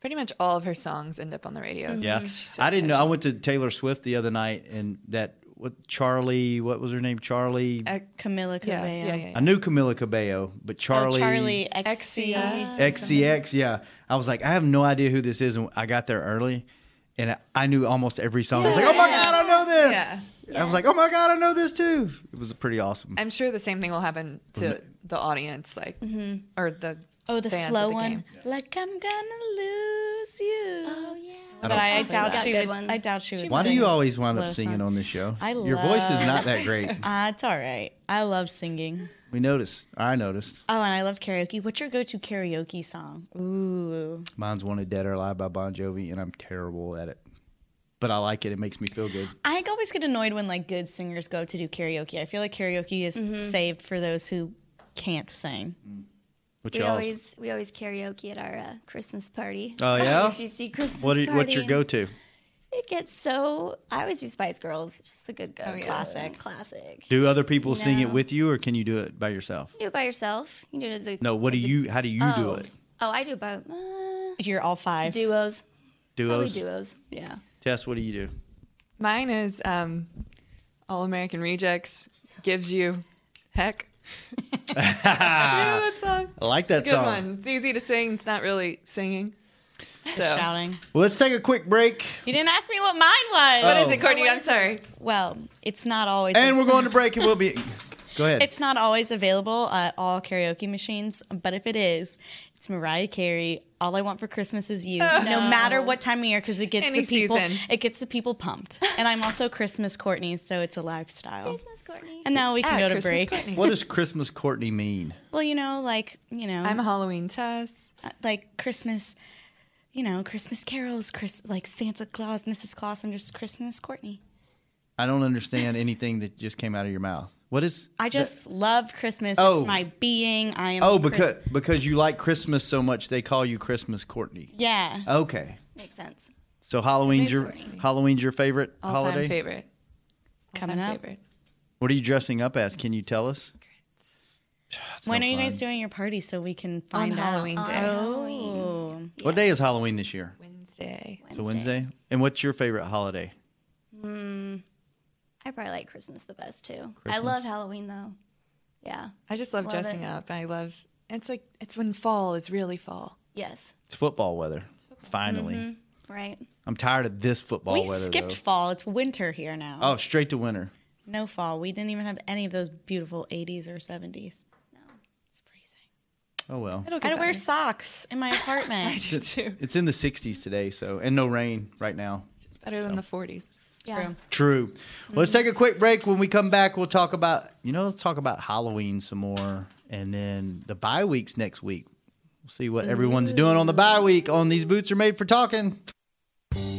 [SPEAKER 5] Pretty much all of her songs end up on the radio.
[SPEAKER 3] Mm-hmm.
[SPEAKER 2] Yeah, I didn't know. I went to Taylor Swift the other night, and that what Charlie? What was her name? Charlie.
[SPEAKER 5] Uh,
[SPEAKER 3] Camilla
[SPEAKER 5] yeah,
[SPEAKER 3] Cabello.
[SPEAKER 5] yeah, yeah,
[SPEAKER 2] I knew Camila Cabello, but
[SPEAKER 3] Oh,
[SPEAKER 2] Charlie.
[SPEAKER 3] Charlie XC.
[SPEAKER 5] XCS.
[SPEAKER 2] XCX, yeah. I was like, I have no idea who this is, and I got there early, and I- I knew almost every song. I was like, Oh my god, I know this!
[SPEAKER 5] Yeah.
[SPEAKER 2] I was like, Oh my god, I know this too. It was pretty awesome.
[SPEAKER 5] I'm sure the same thing will happen to the audience, like or the
[SPEAKER 3] Oh, the
[SPEAKER 5] fans at
[SPEAKER 3] slow
[SPEAKER 5] the
[SPEAKER 3] one.
[SPEAKER 5] game.
[SPEAKER 3] Like I'm gonna lose you.
[SPEAKER 4] Oh yeah.
[SPEAKER 2] I
[SPEAKER 3] but
[SPEAKER 2] don't-
[SPEAKER 3] I, I
[SPEAKER 2] She's
[SPEAKER 3] doubt
[SPEAKER 4] got
[SPEAKER 3] she
[SPEAKER 4] good
[SPEAKER 3] would.
[SPEAKER 4] ones.
[SPEAKER 3] I doubt she would.
[SPEAKER 2] Why do
[SPEAKER 3] sing
[SPEAKER 2] you always wind up
[SPEAKER 3] slow
[SPEAKER 2] singing
[SPEAKER 3] songs.
[SPEAKER 2] on this show?
[SPEAKER 3] I
[SPEAKER 2] Your voice is
[SPEAKER 3] love-
[SPEAKER 2] not that great.
[SPEAKER 3] Ah, it's all right. I love singing.
[SPEAKER 2] We noticed. I noticed.
[SPEAKER 3] Oh, and I love karaoke. What's your go-to karaoke song? Ooh,
[SPEAKER 2] Mine's "Wanted Dead or Alive" by Bon Jovi, and I'm terrible at it, but I like it. It makes me feel good.
[SPEAKER 3] I always get annoyed when like good singers go to do karaoke. I feel like karaoke is saved for those who can't sing.
[SPEAKER 2] What
[SPEAKER 4] We
[SPEAKER 2] y'all?
[SPEAKER 4] always we always karaoke at our uh, Christmas party.
[SPEAKER 2] Oh, yeah?
[SPEAKER 4] DCC Christmas
[SPEAKER 2] What are,
[SPEAKER 4] party.
[SPEAKER 2] what's your go-to?
[SPEAKER 4] It gets so I always do Spice Girls. It's just a good go.
[SPEAKER 5] yeah.
[SPEAKER 4] Classic. Classic. You
[SPEAKER 2] Do other people sing it
[SPEAKER 4] No.
[SPEAKER 2] with you, or can you do it by yourself?
[SPEAKER 4] can do it by yourself. You can do it as a
[SPEAKER 2] No. What do
[SPEAKER 4] as a-
[SPEAKER 2] you? How do you do it?
[SPEAKER 4] Oh, I do it by uh,
[SPEAKER 3] You're all five.
[SPEAKER 4] duos. Probably
[SPEAKER 2] Duos.
[SPEAKER 4] duos. Yeah.
[SPEAKER 2] Tess, what do you do?
[SPEAKER 5] Mine is um, All American Rejects gives you heck. you know that song?
[SPEAKER 2] I like that
[SPEAKER 5] Good
[SPEAKER 2] song.
[SPEAKER 5] one. It's easy to sing. It's not really singing. So.
[SPEAKER 3] Shouting.
[SPEAKER 2] Well, let's take a quick break,
[SPEAKER 3] You didn't ask me what mine was.
[SPEAKER 5] What is
[SPEAKER 2] Oh.
[SPEAKER 5] it, Courtney? I'm sorry.
[SPEAKER 3] Well, it's not always.
[SPEAKER 2] and we're going to break, and we'll be. Go ahead.
[SPEAKER 3] It's not always available at all karaoke machines, but if it is, it's Mariah Carey. All I want for Christmas is you, no matter what time of year, because it gets
[SPEAKER 5] Oh, Any
[SPEAKER 3] the people
[SPEAKER 5] season.
[SPEAKER 3] it gets the people pumped. And I'm also Christmas Courtney, so it's a lifestyle.
[SPEAKER 4] Christmas, Courtney.
[SPEAKER 3] And now we can
[SPEAKER 5] Ah,
[SPEAKER 3] go to
[SPEAKER 5] Christmas
[SPEAKER 3] break.
[SPEAKER 5] Courtney.
[SPEAKER 2] what does Christmas Courtney mean?
[SPEAKER 3] Well, you know, like you know,
[SPEAKER 5] I'm a Halloween Tess.
[SPEAKER 3] uh, like Christmas, you know, Christmas carols, Chris, like Santa Claus, Mrs. Claus, I'm just Christmas Courtney.
[SPEAKER 2] I don't understand anything that just came out of your mouth. What is?
[SPEAKER 3] I just love Christmas.
[SPEAKER 2] Oh.
[SPEAKER 3] It's my being. I am.
[SPEAKER 2] Oh,
[SPEAKER 3] Chris-
[SPEAKER 2] because because you like Christmas so much, they call you Christmas Courtney.
[SPEAKER 3] yeah.
[SPEAKER 2] Okay.
[SPEAKER 4] Makes sense.
[SPEAKER 2] So Halloween's
[SPEAKER 5] It's
[SPEAKER 2] your
[SPEAKER 5] Courtney.
[SPEAKER 2] Halloween's your favorite
[SPEAKER 5] All
[SPEAKER 2] holiday.
[SPEAKER 5] time favorite. All-time
[SPEAKER 3] Coming up.
[SPEAKER 5] Favorite.
[SPEAKER 2] What are you dressing up as? Can you tell us? It's
[SPEAKER 3] When
[SPEAKER 2] no
[SPEAKER 3] are you guys
[SPEAKER 2] fun.
[SPEAKER 3] doing your party so we can find out?
[SPEAKER 5] Halloween day.
[SPEAKER 3] Oh.
[SPEAKER 2] What day is Halloween this year?
[SPEAKER 5] Wednesday.
[SPEAKER 2] It's a Wednesday. And what's your favorite holiday?
[SPEAKER 4] I probably like Christmas the best too. I
[SPEAKER 2] Christmas?
[SPEAKER 4] love Halloween though. Yeah.
[SPEAKER 5] I just love,
[SPEAKER 4] Love
[SPEAKER 5] dressing
[SPEAKER 4] it.
[SPEAKER 5] up. I love it's like it's when fall is really fall.
[SPEAKER 4] Yes.
[SPEAKER 2] It's football weather. Finally.
[SPEAKER 4] right?
[SPEAKER 2] I'm tired of this football
[SPEAKER 3] Mm-hmm. we
[SPEAKER 2] weather.
[SPEAKER 3] skipped
[SPEAKER 2] though.
[SPEAKER 3] fall. It's winter here now.
[SPEAKER 2] Oh, straight to winter.
[SPEAKER 3] No fall. We didn't even have any of those beautiful 80s or 70s. No, it's freezing.
[SPEAKER 2] Oh well.
[SPEAKER 5] It'll
[SPEAKER 3] I
[SPEAKER 5] get
[SPEAKER 3] don't wear
[SPEAKER 5] better.
[SPEAKER 3] socks in my apartment.
[SPEAKER 5] Did too.
[SPEAKER 2] It's in the 60s today, so and no rain right now.
[SPEAKER 5] It's better than the 40s.
[SPEAKER 4] Yeah.
[SPEAKER 3] True.
[SPEAKER 2] True. Well, let's take a quick break. When we come back, we'll talk about you know let's talk about Halloween some more, and then the bye weeks next week. We'll see what everyone's
[SPEAKER 3] Mm-hmm.
[SPEAKER 2] doing on the bye week. On these boots are made for talking.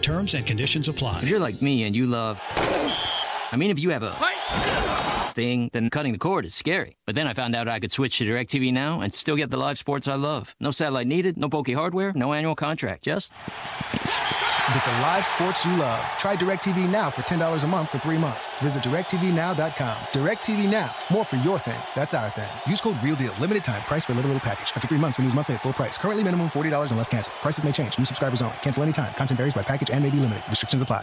[SPEAKER 6] Terms and conditions apply.
[SPEAKER 7] If you're like me and you love. I mean, if you have a. Thing, then cutting the cord is scary. But then I found out I could switch to DirecTV now and still get the live sports I love. No satellite needed, no bulky hardware, no annual contract, just.
[SPEAKER 8] Get the live sports you love. Try DirecTV Now for $10 a month for three months. Visit DirecTVNow.com. DirecTV Now. More for your thing. That's our thing. Use code REALDEAL. Limited time. Price for little, little package. After three months, renews monthly at full price. Currently minimum $40 unless canceled. Prices may change. New subscribers only. Cancel anytime. Content varies by package and may be limited. Restrictions apply.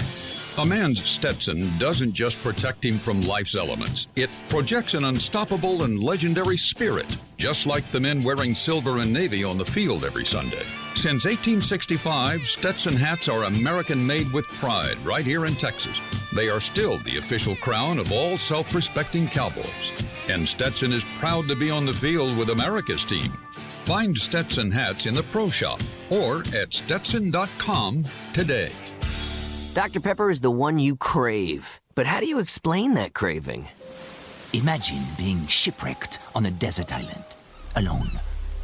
[SPEAKER 9] A man's Stetson doesn't just protect him from life's elements, it projects an unstoppable and legendary spirit, just like the men wearing silver and navy on the field every Sunday. Since 1865, Stetson hats are American made with pride right here in Texas. They are still the official crown of all self respecting cowboys. And Stetson is proud to be on the field with America's team. Find Stetson hats in the pro shop or at stetson.com today.
[SPEAKER 10] Dr. Pepper is the one you crave. But how do you explain that craving?
[SPEAKER 11] Imagine being shipwrecked on a desert island, alone.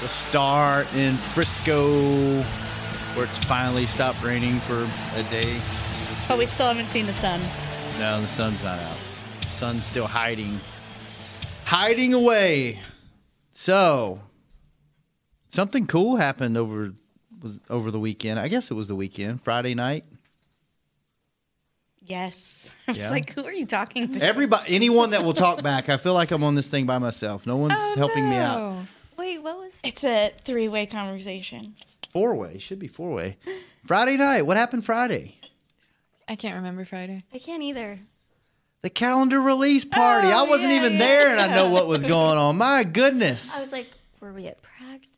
[SPEAKER 2] the star in Frisco, where it's finally stopped raining for a day.
[SPEAKER 3] But we still haven't seen the sun.
[SPEAKER 2] No, the sun's not out. sun's still hiding. Hiding away. So something cool happened over was over the weekend. I guess it was the weekend, Friday night.
[SPEAKER 3] Yes. I was
[SPEAKER 2] Yeah.
[SPEAKER 3] like, who are you talking to?
[SPEAKER 2] Everybody anyone that will talk back, I feel like I'm on this thing by myself. No one's helping me out.
[SPEAKER 4] Wait, what was?
[SPEAKER 3] It's a three way conversation.
[SPEAKER 2] Four way, should be four way. Friday night. What happened Friday?
[SPEAKER 5] I can't remember Friday.
[SPEAKER 4] I can't either.
[SPEAKER 2] The calendar release party. I wasn't even there and I know what was going on. My goodness.
[SPEAKER 4] I was like, were we at practice?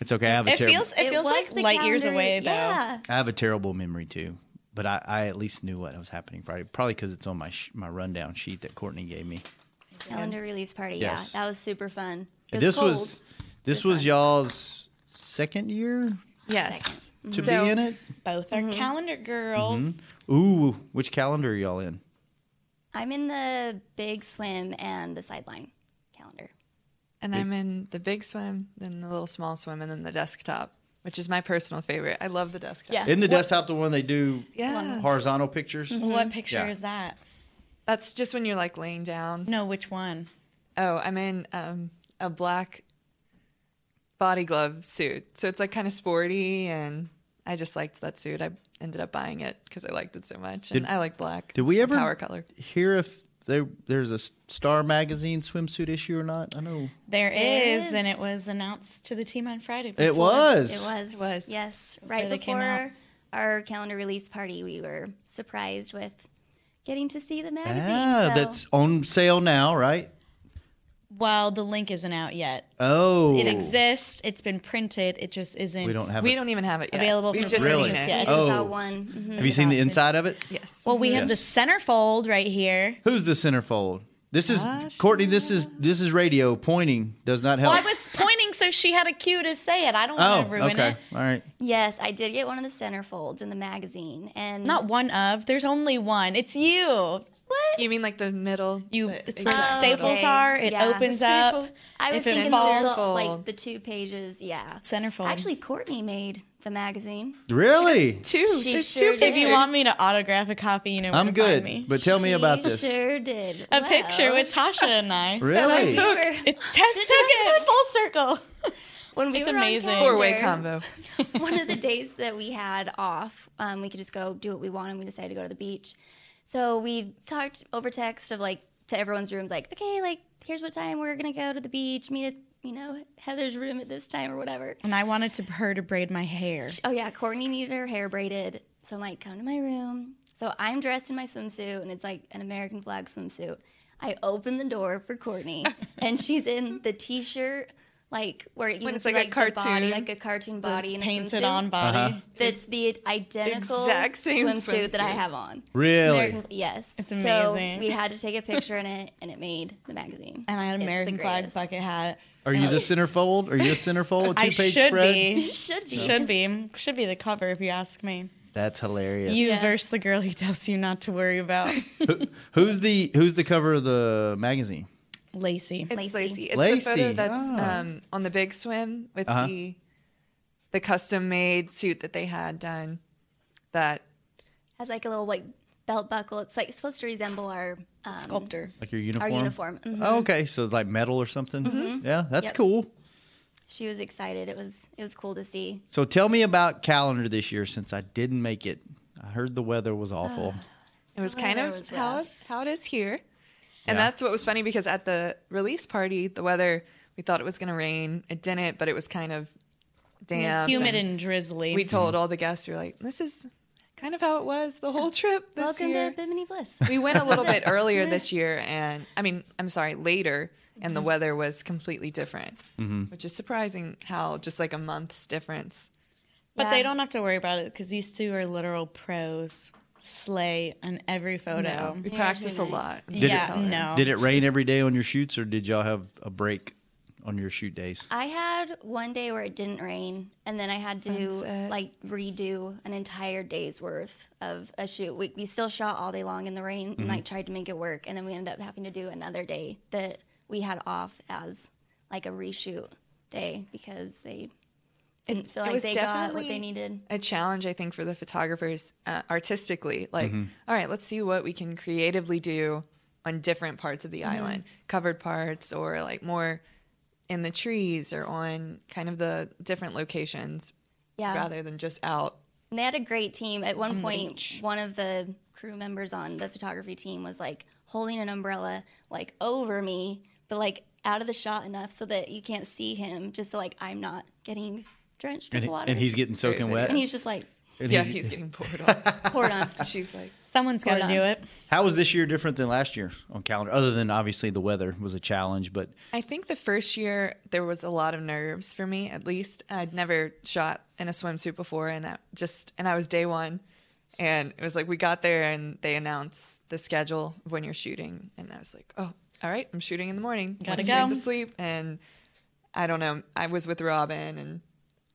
[SPEAKER 2] it's okay. I have a
[SPEAKER 3] It
[SPEAKER 2] terrible
[SPEAKER 3] feels it feels
[SPEAKER 4] was
[SPEAKER 3] like
[SPEAKER 4] the
[SPEAKER 3] light years
[SPEAKER 4] calendar-
[SPEAKER 3] away though.
[SPEAKER 4] Yeah.
[SPEAKER 2] I have a terrible memory too, but I, I at least knew what was happening Friday. Probably because it's on my sh- my rundown sheet that Courtney gave me.
[SPEAKER 4] Calendar release party.
[SPEAKER 2] Yes.
[SPEAKER 4] Yeah, that was super fun. It was
[SPEAKER 2] this
[SPEAKER 4] cold.
[SPEAKER 2] was this, was y'all's second year
[SPEAKER 5] Yes.
[SPEAKER 2] to
[SPEAKER 5] So-
[SPEAKER 2] be in it.
[SPEAKER 3] Both are calendar girls.
[SPEAKER 2] Mm-hmm. Ooh, which calendar are y'all in?
[SPEAKER 4] I'm in the big swim and the sideline calendar.
[SPEAKER 5] And I'm in the big swim, then the little small swim, and then the desktop, which is my personal favorite. I love the desktop.
[SPEAKER 3] Yeah.
[SPEAKER 2] In the desktop, the one they do
[SPEAKER 5] Yeah.
[SPEAKER 2] horizontal pictures.
[SPEAKER 3] What picture
[SPEAKER 2] Mm-hmm. Yeah.
[SPEAKER 3] is that?
[SPEAKER 5] That's just when you're like laying down.
[SPEAKER 3] No, which one?
[SPEAKER 5] Oh, I'm in um, a black body glove suit. So it's like kind of sporty. And I just liked that suit. I ended up buying it because I liked it so much. And
[SPEAKER 2] Did-
[SPEAKER 5] I like black.
[SPEAKER 2] Did
[SPEAKER 5] It's
[SPEAKER 2] we
[SPEAKER 5] my
[SPEAKER 2] ever
[SPEAKER 5] Power color.
[SPEAKER 2] hear if there there's a Star Magazine swimsuit issue or not? I know
[SPEAKER 3] There
[SPEAKER 4] There
[SPEAKER 3] is, and it
[SPEAKER 4] is.
[SPEAKER 3] was announced to the team on Friday.
[SPEAKER 2] it
[SPEAKER 3] before.
[SPEAKER 2] was.
[SPEAKER 4] It was. It
[SPEAKER 5] was.
[SPEAKER 4] Yes. Right
[SPEAKER 3] they came out.
[SPEAKER 4] before our calendar release party, we were surprised with getting to see the magazine.
[SPEAKER 2] Yeah,
[SPEAKER 4] so
[SPEAKER 2] Ah, that's on sale now, right?
[SPEAKER 3] Well, the link isn't out yet.
[SPEAKER 2] Oh,
[SPEAKER 3] It exists. It's been printed. It just isn't.
[SPEAKER 2] We don't have
[SPEAKER 5] We
[SPEAKER 2] it.
[SPEAKER 5] don't even have it yet.
[SPEAKER 3] Available
[SPEAKER 5] We've
[SPEAKER 3] for
[SPEAKER 5] just
[SPEAKER 2] really.
[SPEAKER 5] seen
[SPEAKER 3] purchase
[SPEAKER 5] it.
[SPEAKER 4] I
[SPEAKER 3] yet.
[SPEAKER 4] just
[SPEAKER 2] Oh.
[SPEAKER 4] saw one.
[SPEAKER 3] Mm-hmm.
[SPEAKER 4] mhm.
[SPEAKER 2] Have you seen the inside of it?
[SPEAKER 5] Yes.
[SPEAKER 3] Well, we have the
[SPEAKER 2] Yes.
[SPEAKER 3] centerfold right here.
[SPEAKER 2] Who's the centerfold? This is Courtney. This is this is radio pointing does not help.
[SPEAKER 3] Well, I was pointing so she had a cue to say it. I don't
[SPEAKER 2] oh,
[SPEAKER 3] want to ruin
[SPEAKER 2] okay,
[SPEAKER 3] it.
[SPEAKER 2] all right.
[SPEAKER 4] Yes, I did get one of the centerfolds in the magazine, and
[SPEAKER 3] Not one of. There's only one. It's you. Look
[SPEAKER 4] What?
[SPEAKER 5] You mean like the middle?
[SPEAKER 3] You it's where the staples are. It opens up.
[SPEAKER 4] Oh, I was
[SPEAKER 3] if it
[SPEAKER 4] thinking
[SPEAKER 3] falls-
[SPEAKER 4] the, like the two pages. Yeah,
[SPEAKER 3] centerfold.
[SPEAKER 4] Actually, Courtney made the magazine.
[SPEAKER 2] Really?
[SPEAKER 5] Two.
[SPEAKER 4] She There's sure two did.
[SPEAKER 3] If you want me to autograph a copy, you know where
[SPEAKER 2] I'm
[SPEAKER 3] to
[SPEAKER 2] good,
[SPEAKER 3] find me.
[SPEAKER 2] but tell me about this.
[SPEAKER 4] Sure did.
[SPEAKER 3] A picture with Tasha and I.
[SPEAKER 2] Really?
[SPEAKER 3] That I took. It Tess took it full circle.
[SPEAKER 4] When we
[SPEAKER 3] It's
[SPEAKER 4] were on
[SPEAKER 3] amazing.
[SPEAKER 4] calendar,
[SPEAKER 5] Four-way combo.
[SPEAKER 4] one of the days that we had off, um, we could just go do what we wanted. We decided to go to the beach. So we talked over text of like to everyone's rooms, like, okay, like here's what time we're gonna go to the beach. Meet at you know Heather's room at this time or whatever.
[SPEAKER 3] And I wanted to her to braid my hair.
[SPEAKER 4] Oh yeah, Courtney needed her hair braided, so I'm like, come to my room. So I'm dressed in my swimsuit, and it's like an American flag swimsuit. I open the door for Courtney, and she's in the t-shirt, like where you
[SPEAKER 5] When
[SPEAKER 4] can
[SPEAKER 5] it's
[SPEAKER 4] see
[SPEAKER 5] like a
[SPEAKER 4] like, the body,
[SPEAKER 5] cartoon.
[SPEAKER 4] like a cartoon body, and a
[SPEAKER 3] Painted
[SPEAKER 4] swimsuit.
[SPEAKER 3] on body.
[SPEAKER 2] Uh-huh.
[SPEAKER 4] That's the identical
[SPEAKER 5] Exact same
[SPEAKER 4] swimsuit, that I
[SPEAKER 5] swimsuit.
[SPEAKER 4] have on.
[SPEAKER 2] Really?
[SPEAKER 4] American- yes. It's
[SPEAKER 3] amazing.
[SPEAKER 4] So we had to take a picture in it, and it made the magazine.
[SPEAKER 3] And I had an
[SPEAKER 4] It's the
[SPEAKER 3] American flag
[SPEAKER 4] greatest.
[SPEAKER 3] bucket hat.
[SPEAKER 2] Are you the centerfold? Are you a centerfold? Two
[SPEAKER 3] I
[SPEAKER 2] page
[SPEAKER 3] should
[SPEAKER 2] spread?
[SPEAKER 3] be.
[SPEAKER 4] Should be.
[SPEAKER 3] Should be. Should be the cover if you ask me.
[SPEAKER 2] That's hilarious.
[SPEAKER 3] You verse the girl who tells you not to worry about.
[SPEAKER 2] who's the who's the cover of the magazine?
[SPEAKER 3] Lacey.
[SPEAKER 5] It's Lacey. It's
[SPEAKER 2] Lacey.
[SPEAKER 5] the photo that's
[SPEAKER 2] Ah.
[SPEAKER 5] um, on the big swim with
[SPEAKER 2] Uh-huh.
[SPEAKER 5] the the custom made suit that they had done. That
[SPEAKER 4] Has like a little like belt buckle. It's like supposed to resemble our um,
[SPEAKER 3] Sculptor.
[SPEAKER 2] Like your uniform.
[SPEAKER 4] Our uniform. Mhm.
[SPEAKER 3] Mm-hmm.
[SPEAKER 2] Oh, okay, so it's like metal or something. Yeah, that's
[SPEAKER 4] Yep.
[SPEAKER 2] cool.
[SPEAKER 4] She was excited. It was it was cool to see.
[SPEAKER 2] So tell me about calendar this year since I didn't make it. I heard the weather was awful.
[SPEAKER 5] it was kind
[SPEAKER 4] weather
[SPEAKER 5] of
[SPEAKER 4] was
[SPEAKER 5] how it,
[SPEAKER 4] rough.
[SPEAKER 5] how it is here, and
[SPEAKER 2] Yeah.
[SPEAKER 5] that's what was funny because at the release party, the weather we thought it was going to rain. It didn't, but it was kind of damp,
[SPEAKER 3] Humid
[SPEAKER 5] and
[SPEAKER 3] and drizzly.
[SPEAKER 5] we told all the guests we were like, "This is kind of how it was the whole trip this
[SPEAKER 4] Welcome
[SPEAKER 5] year."
[SPEAKER 4] to Bimini Bliss.
[SPEAKER 5] we went a little bit earlier this year and i mean i'm sorry later and the
[SPEAKER 4] Mm-hmm.
[SPEAKER 5] weather was completely different which is surprising how just like a month's difference
[SPEAKER 3] But they
[SPEAKER 4] Yeah.
[SPEAKER 3] don't have to worry about it because these two are literal pros. Slay on every photo.
[SPEAKER 5] we practice a lot
[SPEAKER 2] Did it-
[SPEAKER 3] yeah, no.
[SPEAKER 2] Did it rain every day on your shoots, or did y'all have a break on your shoot days?
[SPEAKER 4] I had one day where it didn't rain, and then I had to like redo an entire day's worth of a shoot. We, we still shot all day long in the rain, and
[SPEAKER 5] Mm-hmm.
[SPEAKER 4] like tried to make it work, and then we ended up having to do another day that we had off as like a reshoot day because they didn't feel
[SPEAKER 5] it
[SPEAKER 4] like
[SPEAKER 5] was
[SPEAKER 4] they got what
[SPEAKER 5] definitely-
[SPEAKER 4] they needed.
[SPEAKER 5] a challenge i think for the photographers uh, artistically like
[SPEAKER 2] Mm-hmm.
[SPEAKER 5] all right let's see what we can creatively do on different parts of the island covered parts or like more in the trees or on kind of the different locations
[SPEAKER 4] Yeah.
[SPEAKER 5] rather than just out
[SPEAKER 4] And they had a great team. At
[SPEAKER 2] Mm,
[SPEAKER 4] one point, one of the crew members on the photography team was like holding an umbrella like over me, but like out of the shot enough so that you can't see him, just so like I'm not getting drenched
[SPEAKER 2] And,
[SPEAKER 4] with water.
[SPEAKER 2] and he's getting soaking
[SPEAKER 5] video.
[SPEAKER 2] wet.
[SPEAKER 4] and he's just like
[SPEAKER 2] And
[SPEAKER 5] yeah
[SPEAKER 2] he's-
[SPEAKER 5] he's getting poured on
[SPEAKER 4] poured on.
[SPEAKER 5] she's like
[SPEAKER 3] Someone's got to
[SPEAKER 4] Hold
[SPEAKER 3] do
[SPEAKER 4] on.
[SPEAKER 3] it.
[SPEAKER 2] How was this year different than last year on calendar? Other than obviously the weather was a challenge, but
[SPEAKER 5] I think the first year there was a lot of nerves for me. At least I'd never shot in a swimsuit before, and I just and I was day one, and it was like we got there and they announced the schedule of when you're shooting, and I was like, oh, all right, I'm shooting in the morning.
[SPEAKER 3] Gotta
[SPEAKER 5] Went
[SPEAKER 3] go.
[SPEAKER 5] straight to sleep, and I don't know. I was with Robin, and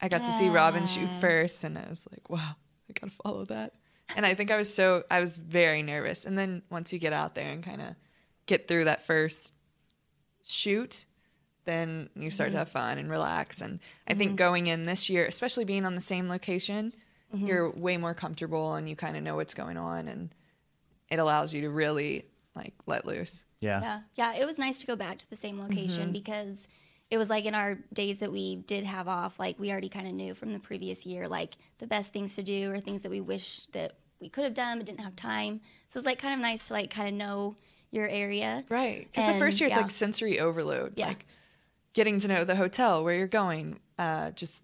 [SPEAKER 5] I got to see Robin shoot first, and I was like, wow, I gotta follow that. And I think I was so I was very nervous, and then once you get out there and kind of get through that first shoot, then you start
[SPEAKER 4] Mm-hmm.
[SPEAKER 5] to have fun and relax. And I think going in this year, especially being on the same location,
[SPEAKER 4] Mm-hmm.
[SPEAKER 5] you're way more comfortable and you kind of know what's going on, and it allows you to really like let loose.
[SPEAKER 2] yeah.
[SPEAKER 4] Yeah. Yeah. It was nice to go back to the same location because it was like in our days that we did have off, like we already kind of knew from the previous year, like the best things to do or things that we wish that we could have done but didn't have time. So it was like kind of nice to like kind of know your area.
[SPEAKER 5] Right. Because the
[SPEAKER 4] And,
[SPEAKER 5] first year, it's
[SPEAKER 4] yeah.
[SPEAKER 5] like sensory overload.
[SPEAKER 4] Yeah.
[SPEAKER 5] Like getting to know the hotel, where you're going, uh, just,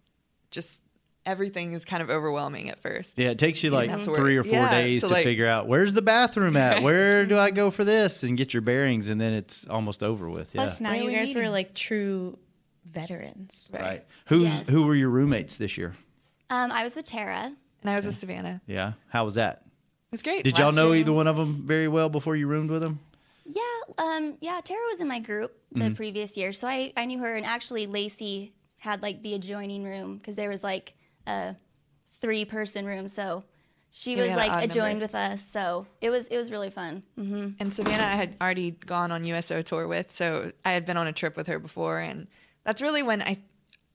[SPEAKER 5] just everything is kind of overwhelming at first.
[SPEAKER 2] Yeah, it takes you like
[SPEAKER 5] have to worry-
[SPEAKER 2] three or four
[SPEAKER 5] yeah,
[SPEAKER 2] days to,
[SPEAKER 5] to, like-
[SPEAKER 2] figure out where's the bathroom at, where do I go for this, and get your bearings, and then it's almost over with. Yeah,
[SPEAKER 3] Plus, now you guys were like true veterans.
[SPEAKER 2] right. Who's
[SPEAKER 4] Yes.
[SPEAKER 2] who were your roommates this year?
[SPEAKER 4] Um, I was with Tara.
[SPEAKER 5] And I was with Savannah. It
[SPEAKER 2] Yeah, how was that?
[SPEAKER 5] was great.
[SPEAKER 2] Did y'all
[SPEAKER 5] Last
[SPEAKER 2] know
[SPEAKER 5] year-
[SPEAKER 2] either one of them very well before you roomed with them?
[SPEAKER 4] Yeah, um, yeah, Tara was in my group the
[SPEAKER 2] Mm-hmm.
[SPEAKER 4] previous year, so I, I knew her. And actually, Lacey had like the adjoining room because there was like a three person room, so She
[SPEAKER 5] Yeah, we
[SPEAKER 4] was
[SPEAKER 5] had an
[SPEAKER 4] like
[SPEAKER 5] odd
[SPEAKER 4] adjoined
[SPEAKER 5] number.
[SPEAKER 4] with us, so it was it was really fun. hmm
[SPEAKER 5] And Savannah, I had already gone on USO tour with, so I had been on a trip with her before, and that's really when I,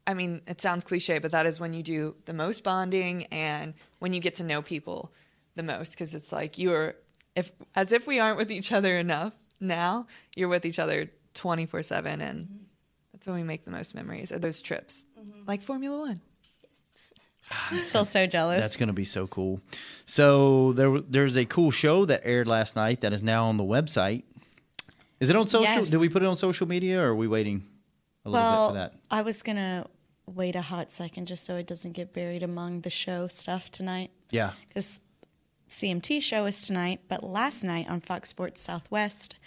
[SPEAKER 5] I mean, it sounds cliche, but that is when you do the most bonding and when you get to know people the most, because it's like you are, if as if we aren't with each other enough now, you're with each other twenty four seven, and that's when we make the most memories are those trips, like Formula One.
[SPEAKER 3] I'm still so jealous.
[SPEAKER 2] That's going to be so cool. So there, w- there's a cool show that aired last night that is now on the website. Is it on social?
[SPEAKER 3] Yes.
[SPEAKER 2] Did we put it on social media, or are we waiting a little
[SPEAKER 3] well,
[SPEAKER 2] bit for that?
[SPEAKER 3] I was gonna wait a hot second just so it doesn't get buried among the show stuff tonight.
[SPEAKER 2] Yeah.
[SPEAKER 3] because CMT show is tonight, but last night on Fox Sports Southwest,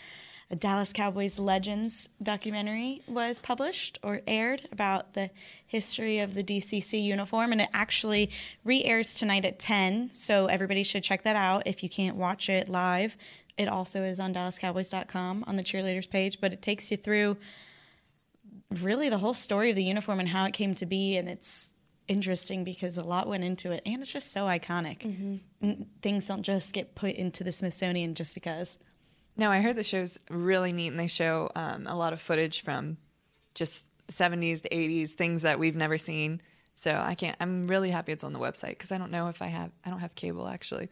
[SPEAKER 3] a Dallas Cowboys Legends documentary was published or aired about the history of the DCC uniform, and it actually re airs tonight at 10. So everybody should check that out if you can't watch it live. It also is on DallasCowboys.com on the cheerleaders page, but it takes you through really the whole story of the uniform and how it came to be, and it's interesting because a lot went into it, and it's just so iconic n- things don't just get put into the Smithsonian just because.
[SPEAKER 5] No, I heard the show's really neat, and they show um, a lot of footage from just the 70s, the 80s, things that we've never seen. So I can't. I'm really happy it's on the website because I don't know if I have. I don't have cable actually.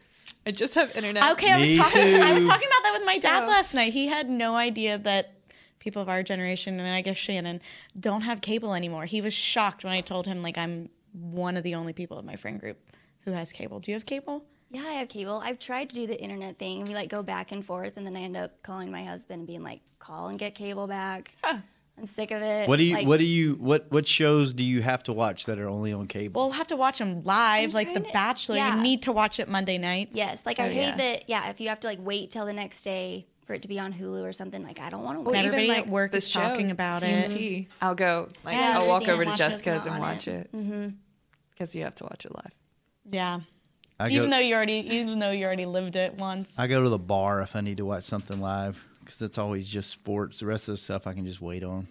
[SPEAKER 5] I just have internet.
[SPEAKER 3] Okay, I was talking. I was talking about that with my dad last night. He had no idea that people of our generation, and I guess Shannon, don't have cable anymore. He was shocked when I told him like I'm one of the only people in my friend group who has cable. Do you have cable?
[SPEAKER 4] Yeah, I have cable. I've tried to do the internet thing, and we like go back and forth, and then I end up calling my husband and being like, "Call and get cable back." I'm sick of it.
[SPEAKER 2] What do you?
[SPEAKER 4] Like,
[SPEAKER 2] what do you? What what shows do you have to watch that are only on cable?
[SPEAKER 3] Well, we'll have to watch them live,
[SPEAKER 4] I'm
[SPEAKER 3] like The
[SPEAKER 4] trying to-
[SPEAKER 3] Bachelor.
[SPEAKER 4] yeah.
[SPEAKER 3] You need to watch it Monday nights.
[SPEAKER 4] Yes, like
[SPEAKER 3] Oh,
[SPEAKER 4] I hate
[SPEAKER 3] yeah.
[SPEAKER 4] that. Yeah, if you have to like wait till the next day for it to be on Hulu or something, like I don't want to
[SPEAKER 5] Well,
[SPEAKER 4] wait.
[SPEAKER 3] Everybody
[SPEAKER 5] even
[SPEAKER 3] at
[SPEAKER 5] like
[SPEAKER 3] work
[SPEAKER 5] the
[SPEAKER 3] is
[SPEAKER 5] show,
[SPEAKER 3] talking about it.
[SPEAKER 5] CMT, I'll go. Like
[SPEAKER 4] Yeah,
[SPEAKER 5] I'll
[SPEAKER 4] I've
[SPEAKER 5] walk
[SPEAKER 4] seen
[SPEAKER 5] over
[SPEAKER 4] it.
[SPEAKER 5] to
[SPEAKER 4] Watch it, it's
[SPEAKER 5] Jessica's
[SPEAKER 4] not
[SPEAKER 5] and
[SPEAKER 4] on
[SPEAKER 5] watch it
[SPEAKER 4] it.
[SPEAKER 5] because
[SPEAKER 3] Mm-hmm.
[SPEAKER 5] you have to watch it live.
[SPEAKER 3] Yeah.
[SPEAKER 2] I
[SPEAKER 3] Even
[SPEAKER 2] go,
[SPEAKER 3] though you already, even though you already lived it once.
[SPEAKER 2] I go to the bar if I need to watch something live because it's always just sports. The rest of the stuff I can just wait on.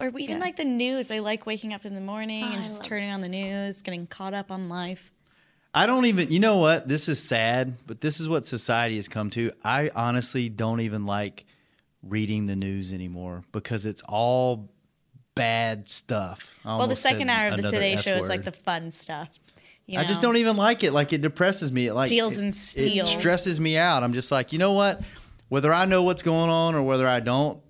[SPEAKER 3] Or we even like the news. I like waking up in the morning and just turning on the news, getting caught up on life.
[SPEAKER 2] I don't even, you know what? This is sad, but this is what society has come to. I honestly don't even like reading the news anymore because it's all bad stuff. I
[SPEAKER 3] well, the
[SPEAKER 2] almost said
[SPEAKER 3] second hour of the
[SPEAKER 2] another
[SPEAKER 3] Today
[SPEAKER 2] S
[SPEAKER 3] Show is like
[SPEAKER 2] word.
[SPEAKER 3] the fun stuff. You
[SPEAKER 2] I just
[SPEAKER 3] know?
[SPEAKER 2] don't even like it. Like it depresses me. It like
[SPEAKER 3] Deals
[SPEAKER 2] it-
[SPEAKER 3] and
[SPEAKER 2] It
[SPEAKER 3] steals.
[SPEAKER 2] stresses me out. I'm just like, you know what? Whether I know what's going on or whether I don't,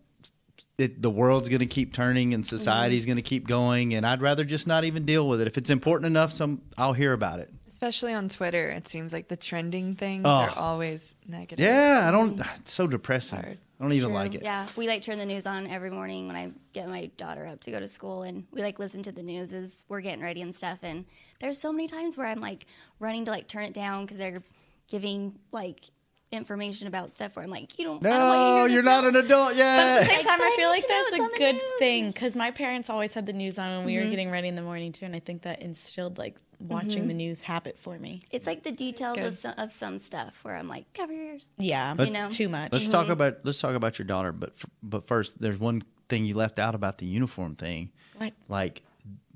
[SPEAKER 2] it, the world's going to keep turning and society's
[SPEAKER 3] Mm-hmm.
[SPEAKER 2] going to keep going, and I'd rather just not even deal with it. If it's important enough, some I'll hear about it.
[SPEAKER 5] Especially on Twitter, it seems like the trending things
[SPEAKER 2] Oh.
[SPEAKER 5] are always negative.
[SPEAKER 2] Yeah, I don't.
[SPEAKER 4] Mm.
[SPEAKER 2] ah, It's so depressing. I don't even like it.
[SPEAKER 4] Yeah, we like turn the news on every morning when I get my daughter up to go to school, and we like listen to the news as we're getting ready and stuff. And there's so many times where I'm like running to like turn it down because they're giving like information about stuff where I'm like, you don't. I don't want you to
[SPEAKER 2] No,
[SPEAKER 4] hear this
[SPEAKER 2] you're not
[SPEAKER 4] now.
[SPEAKER 2] an adult
[SPEAKER 3] But at the
[SPEAKER 2] yet.
[SPEAKER 3] same time, I feel like that's
[SPEAKER 4] it's on
[SPEAKER 3] a
[SPEAKER 4] the
[SPEAKER 3] good
[SPEAKER 4] news.
[SPEAKER 3] thing because my parents always had the news on when we were getting ready in the morning too, and I think that instilled like watching the news habit for me.
[SPEAKER 4] It's like the details of some, of some stuff where I'm like, cover your ears.
[SPEAKER 3] Yeah, Mm-hmm.
[SPEAKER 4] You know?
[SPEAKER 3] too much.
[SPEAKER 2] Let's talk about let's talk about your daughter, but f- but first, there's one thing you left out about the uniform thing.
[SPEAKER 3] What?
[SPEAKER 2] Like,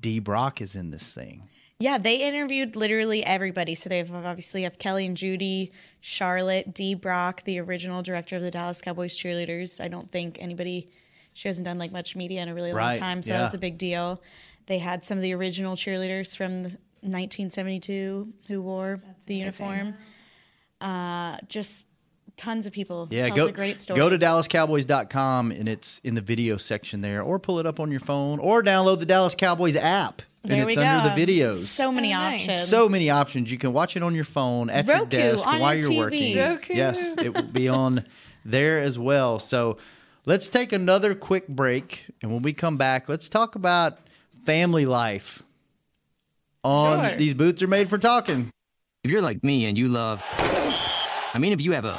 [SPEAKER 2] D. Brock is in this thing.
[SPEAKER 3] Yeah, they interviewed literally everybody. So they've obviously have Kelly and Judy, Charlotte, Dee Brock, the original director of the Dallas Cowboys cheerleaders. I don't think anybody she hasn't done like much media in a really long
[SPEAKER 2] Right,
[SPEAKER 3] time, so
[SPEAKER 2] yeah.
[SPEAKER 3] that was a big deal. They had some of the original cheerleaders from 1972 who wore the uniform. Uh, just tons of people.
[SPEAKER 2] Yeah,
[SPEAKER 3] Tells
[SPEAKER 2] go
[SPEAKER 3] a great story.
[SPEAKER 2] go to DallasCowboys.com and it's in the video section there, or pull it up on your phone, or download the Dallas Cowboys app
[SPEAKER 3] there
[SPEAKER 2] and
[SPEAKER 3] we
[SPEAKER 2] it's
[SPEAKER 3] go.
[SPEAKER 2] under the videos.
[SPEAKER 3] So many
[SPEAKER 5] Oh, nice.
[SPEAKER 3] options.
[SPEAKER 2] So many options. You can watch it on your phone, at your
[SPEAKER 3] Roku,
[SPEAKER 2] desk,
[SPEAKER 3] on
[SPEAKER 2] while
[SPEAKER 3] your
[SPEAKER 2] you're working.
[SPEAKER 3] TV.
[SPEAKER 5] Roku.
[SPEAKER 2] Yes, it will be on there as well. So let's take another quick break. And when we come back, let's talk about family life on
[SPEAKER 5] Sure.
[SPEAKER 2] These Boots Are Made for Talking.
[SPEAKER 7] If you're like me and you love. I mean, if you have a.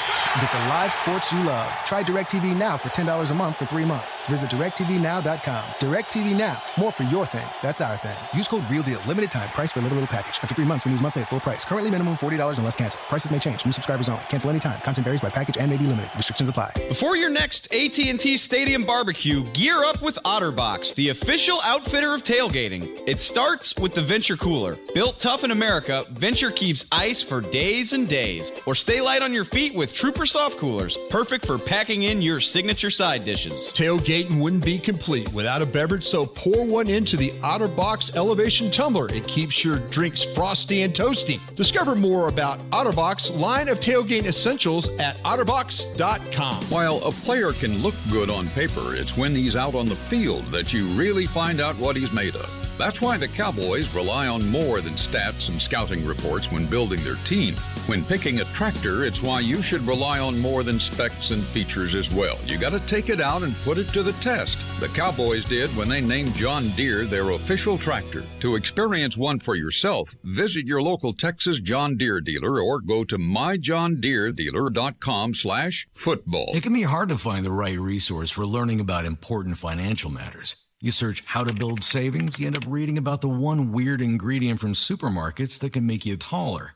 [SPEAKER 8] Get the live sports you love. Try DirecTV Now for $10 a month for three months. Visit DirecTVNow.com. DirecTV Now, more for your thing. That's our thing. Use code REALDEAL. Limited time. Price for little, little package. After three months, renews monthly at full price. Currently minimum $40 unless canceled. Prices may change. New subscribers only. Cancel anytime. Content varies by package and may be limited. Restrictions apply.
[SPEAKER 12] Before your next AT&T Stadium barbecue, gear up with OtterBox, the official outfitter of tailgating. It starts with the Venture Cooler. Built tough in America, Venture keeps ice for days and days. Or stay light on your feet with Trooper Soft Coolers, perfect for packing in your signature side dishes.
[SPEAKER 13] Tailgating wouldn't be complete without a beverage, so pour one into the OtterBox Elevation Tumbler. It keeps your drinks frosty and toasty. Discover more about OtterBox line of tailgating essentials at OtterBox.com.
[SPEAKER 9] While a player can look good on paper, it's when he's out on the field that you really find out what he's made of. That's why the Cowboys rely on more than stats and scouting reports when building their team. When picking a tractor, it's why you should rely on more than specs and features as well. You got to take it out and put it to the test. The Cowboys did when they named John Deere their official tractor. To experience one for yourself, visit your local Texas John Deere dealer or go to myjohndeeredealer.com slash football.
[SPEAKER 14] It can be hard to find the right resource for learning about important financial matters. You search how to build savings, you end up reading about the one weird ingredient from supermarkets that can make you taller.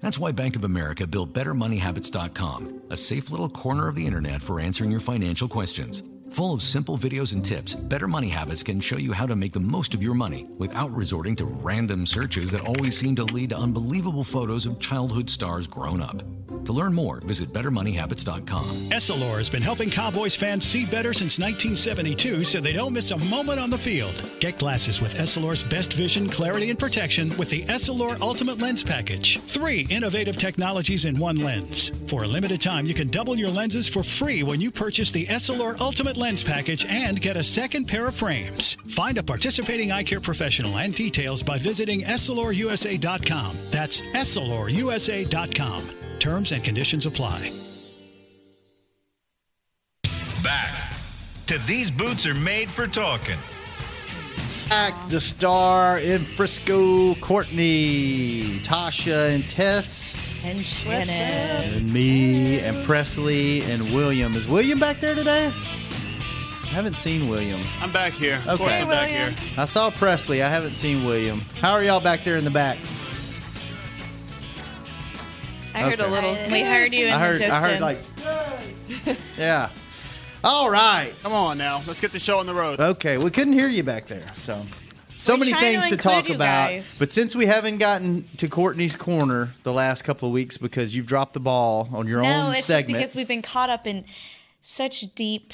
[SPEAKER 14] That's why Bank of America built BetterMoneyHabits.com, a safe little corner of the internet for answering your financial questions. Full of simple videos and tips, Better Money Habits can show you how to make the most of your money without resorting to random searches that always seem to lead to unbelievable photos of childhood stars grown up. To learn more, visit BetterMoneyHabits.com.
[SPEAKER 6] Essilor has been helping Cowboys fans see better since 1972 so they don't miss a moment on the field. Get glasses with Essilor's best vision, clarity, and protection with the Essilor Ultimate Lens Package. Three innovative technologies in one lens. For a limited time, you can double your lenses for free when you purchase the Essilor Ultimate Lens Package and get a second pair of frames. Find a participating eye care professional and details by visiting EssilorUSA.com. That's EssilorUSA.com. Terms and conditions apply.
[SPEAKER 1] Back to These Boots Are Made for Talking.
[SPEAKER 2] Back the star in Frisco, Courtney, Tasha, and Tess.
[SPEAKER 3] And Shannon.
[SPEAKER 2] And me, and Presley, and William. Is William back there today? I haven't seen William.
[SPEAKER 15] I'm back here. Of course
[SPEAKER 2] Okay.
[SPEAKER 15] I'm back here.
[SPEAKER 2] I saw Presley. I haven't seen William. How are y'all back there in the back?
[SPEAKER 5] I heard
[SPEAKER 2] Okay.
[SPEAKER 5] a little.
[SPEAKER 3] We heard you in
[SPEAKER 2] I heard,
[SPEAKER 3] the
[SPEAKER 2] I
[SPEAKER 3] distance.
[SPEAKER 2] heard like, yeah. All right.
[SPEAKER 15] Come on now. Let's get the show on the road.
[SPEAKER 2] Okay, we couldn't hear you back there. So, so
[SPEAKER 15] We're
[SPEAKER 2] many
[SPEAKER 15] trying to
[SPEAKER 2] things to,
[SPEAKER 15] include
[SPEAKER 2] talk
[SPEAKER 15] you
[SPEAKER 2] about.
[SPEAKER 15] guys.
[SPEAKER 2] But since we haven't gotten to Courtney's corner the last couple of weeks because you've dropped the ball on your
[SPEAKER 3] no,
[SPEAKER 2] own
[SPEAKER 3] it's just
[SPEAKER 2] segment.
[SPEAKER 3] because we've been caught up in such deep.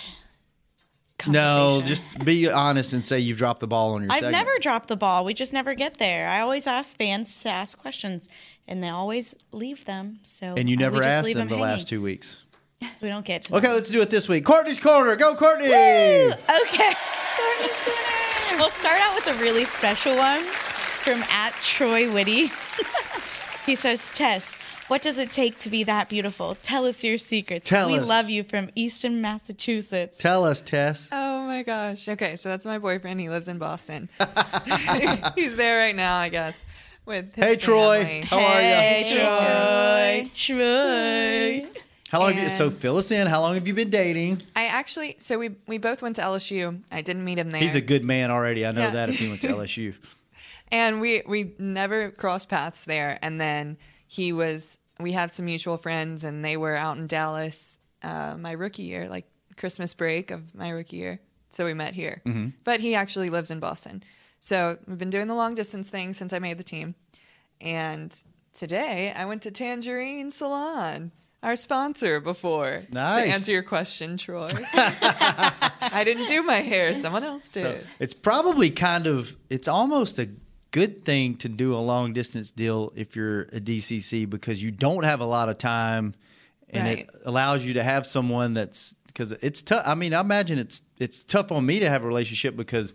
[SPEAKER 2] no, just be honest and say you've dropped the ball on your
[SPEAKER 3] I've
[SPEAKER 2] segment.
[SPEAKER 3] never dropped the ball. We just never get there. I always ask fans to ask questions, and they always leave them. So
[SPEAKER 2] and you
[SPEAKER 3] we
[SPEAKER 2] never
[SPEAKER 3] just
[SPEAKER 2] asked
[SPEAKER 3] leave
[SPEAKER 2] them the last two
[SPEAKER 3] hanging.
[SPEAKER 2] weeks.
[SPEAKER 3] So we don't get to.
[SPEAKER 2] Okay, let's do it this week. Courtney's corner. Go, Courtney.
[SPEAKER 3] Okay. We'll start out with a really special one from at Troy Whitty. he says, Tess, what does it take to be that beautiful? Tell us your secrets.
[SPEAKER 2] Tell
[SPEAKER 3] we
[SPEAKER 2] us.
[SPEAKER 3] love you from Easton, Massachusetts.
[SPEAKER 2] Tell us, Tess.
[SPEAKER 5] Oh my gosh. Okay, so that's my boyfriend. He lives in Boston. He's there right now, I guess. With his
[SPEAKER 2] Hey, Troy.
[SPEAKER 5] family.
[SPEAKER 2] How are ya?
[SPEAKER 5] Hey,
[SPEAKER 3] Troy. Troy.
[SPEAKER 2] How long? Have you, so fill us in. How long have you been dating?
[SPEAKER 5] I actually, so we we both went to LSU. I didn't meet him there.
[SPEAKER 2] He's a good man already. I know
[SPEAKER 5] Yeah.
[SPEAKER 2] that. If he went to LSU,
[SPEAKER 5] and we we never crossed paths there. And then he was. We have some mutual friends, and they were out in Dallas uh, my rookie year, like Christmas break of my rookie year. So we met here.
[SPEAKER 2] Mm-hmm.
[SPEAKER 16] Mhm.
[SPEAKER 5] But he actually lives in Boston. So we've been doing the long distance thing since I made the team. And today I went to Tangerine Salon, our sponsor before.
[SPEAKER 2] Nice.
[SPEAKER 5] To answer your question, Troy. I didn't do my hair, someone else did.
[SPEAKER 2] so it's probably kind of. It's almost a good thing to do a long distance deal if you're a DCC because you don't have a lot of time, and
[SPEAKER 5] Right.
[SPEAKER 2] it allows you to have someone that's because it's tough. I mean, I imagine it's it's tough on me to have a relationship because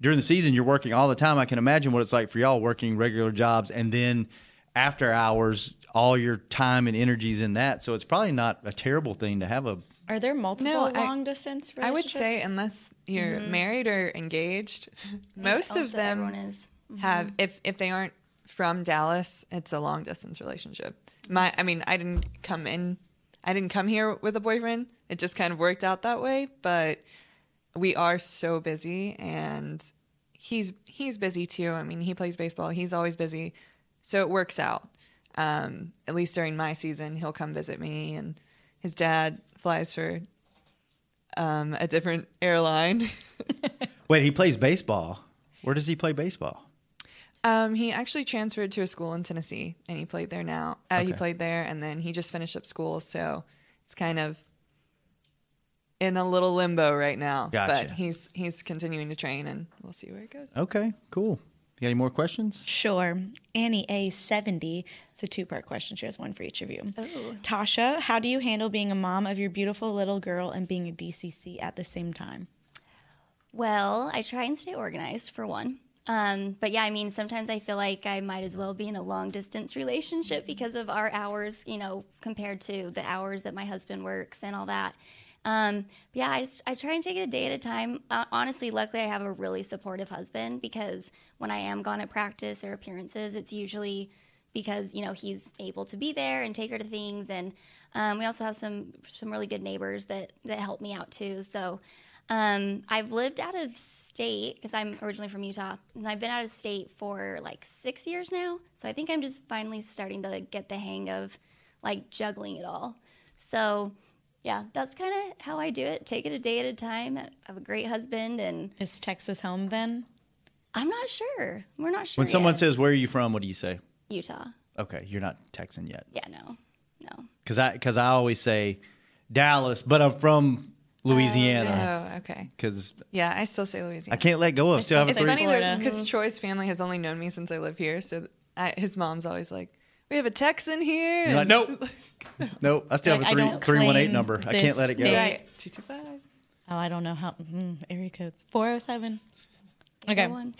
[SPEAKER 2] during the season you're working all the time. I can imagine what it's like for y'all working regular jobs and then after hours all your time and energy's in that. So it's probably not a terrible thing to have a
[SPEAKER 3] Are there multiple
[SPEAKER 5] I-
[SPEAKER 3] long distance
[SPEAKER 5] I would
[SPEAKER 3] relationships?
[SPEAKER 5] say unless you're
[SPEAKER 4] Mm-hmm.
[SPEAKER 3] Mhm.
[SPEAKER 5] married or engaged, most of
[SPEAKER 4] also
[SPEAKER 5] them
[SPEAKER 4] everyone is.
[SPEAKER 5] have
[SPEAKER 4] Mhm.
[SPEAKER 5] if if they aren't from Dallas, it's a long distance relationship. My I mean, I didn't come in I didn't come here with a boyfriend. It just kind of worked out that way, but we are so busy and he's he's busy too. I mean, he plays baseball. He's always busy. So it works out. Um, at least during my season, he'll come visit me and his dad flies for um, a different airline.
[SPEAKER 2] Wait, he plays baseball. Where does he play baseball?
[SPEAKER 5] Um, he actually transferred to a school in Tennessee, and he played there now. Uh, He
[SPEAKER 2] Okay.
[SPEAKER 5] played there, and then he just finished up school, so it's kind of in a little limbo right now.
[SPEAKER 2] Gotcha. Uh,
[SPEAKER 5] But he's he's continuing to train, and we'll see where it goes.
[SPEAKER 2] Okay, cool. You got any more questions?
[SPEAKER 3] Sure. Annie A70. It's a two part question. She has one for each of you.
[SPEAKER 4] Oh.
[SPEAKER 3] Tasha, how do you handle being a mom of your beautiful little girl and being a DCC at the same time?
[SPEAKER 4] Well, I try and stay organized for one. Um, but yeah, I mean, sometimes I feel like I might as well be in a long distance relationship because of our hours, you know, compared to the hours that my husband works and all that. Um, but yeah, I just I try and take it a day at a time. Uh, honestly, luckily, I have a really supportive husband because when I am gone at practice or appearances, it's usually because you know he's able to be there and take her to things. And um, we also have some some really good neighbors that that help me out too. So um, I've lived out of state because I'm originally from Utah, and I've been out of state for like six years now. So I think I'm just finally starting to get the hang of like juggling it all. So yeah, that's kind of how I do it. Take it a day at a time. I have a great husband, and
[SPEAKER 3] is Texas home then?
[SPEAKER 4] I'm not sure. We're not sure.
[SPEAKER 2] when someone
[SPEAKER 4] yet.
[SPEAKER 2] says, "Where are you from?" What do you say?
[SPEAKER 4] Utah,
[SPEAKER 2] Okay, you're not Texan yet.
[SPEAKER 4] yeah, no, no.
[SPEAKER 2] Because I because I always say Dallas, but I'm from Louisiana.
[SPEAKER 5] Oh, okay.
[SPEAKER 2] Because
[SPEAKER 5] Yeah, I still say
[SPEAKER 2] I
[SPEAKER 5] Louisiana.
[SPEAKER 2] can't let go of. Still have a
[SPEAKER 5] it's
[SPEAKER 2] three.
[SPEAKER 5] funny uh, because
[SPEAKER 2] Mhm.
[SPEAKER 5] Troy's family has only known me since I live here, so I, his mom's always like, "We have a Texan here."
[SPEAKER 2] You're like, nope, nope. I still
[SPEAKER 5] Like, I
[SPEAKER 2] have a
[SPEAKER 5] don't
[SPEAKER 2] three three one eight
[SPEAKER 5] claim
[SPEAKER 2] number. I can't let it go.
[SPEAKER 5] Right. Two two five.
[SPEAKER 3] Oh, I don't know how. Mm, area codes 407. Okay.
[SPEAKER 4] That one.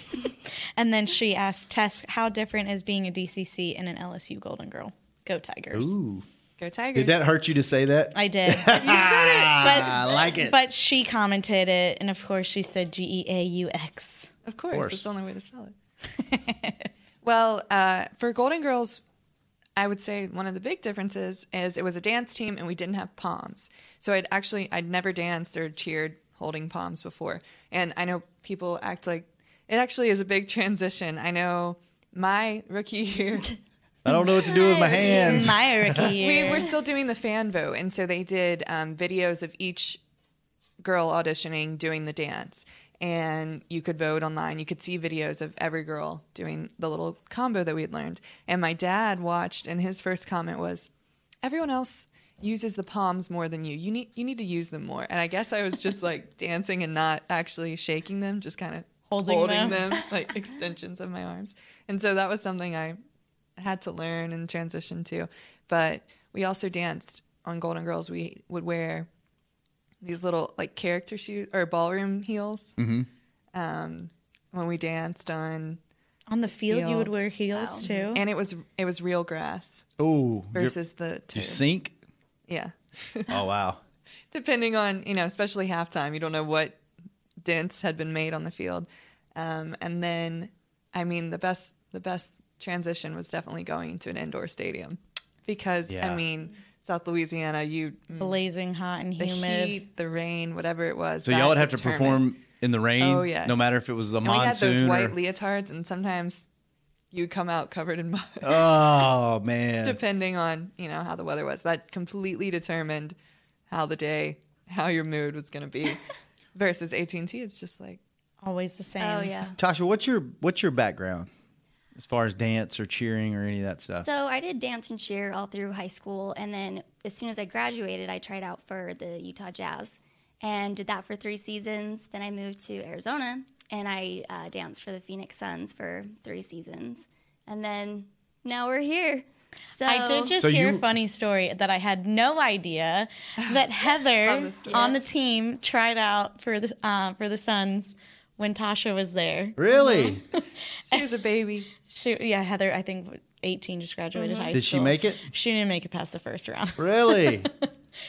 [SPEAKER 3] and then she asked Tess, how different is being a DCC and an LSU Golden Girl? Go Tigers.
[SPEAKER 2] Ooh,
[SPEAKER 5] Go
[SPEAKER 2] did that hurt you to say that?
[SPEAKER 3] I did.
[SPEAKER 2] I like it.
[SPEAKER 3] But she commented it, and of course she said G E A U X.
[SPEAKER 5] Of course,
[SPEAKER 3] course.
[SPEAKER 5] it's the only way to spell it. well, uh, for Golden Girls, I would say one of the big differences is it was a dance team and we didn't have palms. So I'd actually I'd never danced or cheered holding palms before, and I know people act like it actually is a big transition. I know my rookie year.
[SPEAKER 2] I don't know what to do with my hands.
[SPEAKER 3] E
[SPEAKER 5] we were still doing the fan vote, and so they did um, videos of each girl auditioning doing the dance. And you could vote online. You could see videos of every girl doing the little combo that we had learned. And my dad watched, and his first comment was, "Everyone else uses the palms more than you. You need you need to use them more." And I guess I was just like dancing and not actually shaking them, just kind of
[SPEAKER 3] Holding them.
[SPEAKER 5] like extensions of my arms. And so that was something I had to learn and transition to. But we also danced on Golden Girls. We would wear these little like character shoes or ballroom heels.
[SPEAKER 2] Mhm.
[SPEAKER 5] Um, when we danced on
[SPEAKER 3] On the field, you would wear heels, too?
[SPEAKER 5] and it was it was real grass.
[SPEAKER 2] Ooh, you're-
[SPEAKER 5] versus the turf.
[SPEAKER 2] you sink.
[SPEAKER 5] Yeah,
[SPEAKER 2] Oh wow.
[SPEAKER 5] depending on you know, especially halftime, you don't know what dents had been made on the field. Um, and then, I mean, the best the best transition was definitely going to an indoor stadium because
[SPEAKER 3] Yeah.
[SPEAKER 5] I mean, South Louisiana, you mm,
[SPEAKER 3] Blazing hot and
[SPEAKER 5] the
[SPEAKER 3] humid.
[SPEAKER 5] heat, the rain, whatever it was.
[SPEAKER 2] So
[SPEAKER 5] that
[SPEAKER 2] y'all would have to
[SPEAKER 5] determined-
[SPEAKER 2] perform in the rain.
[SPEAKER 5] Oh, yes.
[SPEAKER 2] No matter if it was a
[SPEAKER 5] and we had
[SPEAKER 2] monsoon.
[SPEAKER 5] those white
[SPEAKER 2] or,
[SPEAKER 5] leotards, and sometimes you come out covered in mud.
[SPEAKER 2] oh man.
[SPEAKER 5] depending on you know how the weather was that completely determined how the day how your mood was going to be versus AT&T it's just like
[SPEAKER 3] always the same
[SPEAKER 4] Oh, yeah.
[SPEAKER 2] Tasha, what's your what's your background as far as dance or cheering or any of that stuff?
[SPEAKER 4] So I did dance and cheer all through high school, and then as soon as I graduated, I tried out for the Utah Jazz and did that for three seasons. Then I moved to Arizona and I uh, danced for the Phoenix Suns for three seasons, and then now we're here. So
[SPEAKER 3] I did just
[SPEAKER 4] So
[SPEAKER 3] hear
[SPEAKER 4] you-
[SPEAKER 3] a funny story that I had no idea that
[SPEAKER 4] Love
[SPEAKER 3] Heather
[SPEAKER 4] this story.
[SPEAKER 3] on the team tried out for the uh, for the Suns when Tasha was there.
[SPEAKER 2] Really?
[SPEAKER 4] uh-huh.
[SPEAKER 5] she was a baby.
[SPEAKER 3] She yeah, Heather I think 18 just graduated
[SPEAKER 5] Mhm.
[SPEAKER 3] high school.
[SPEAKER 2] Did she make it?
[SPEAKER 3] She didn't make it past the first round.
[SPEAKER 2] Really?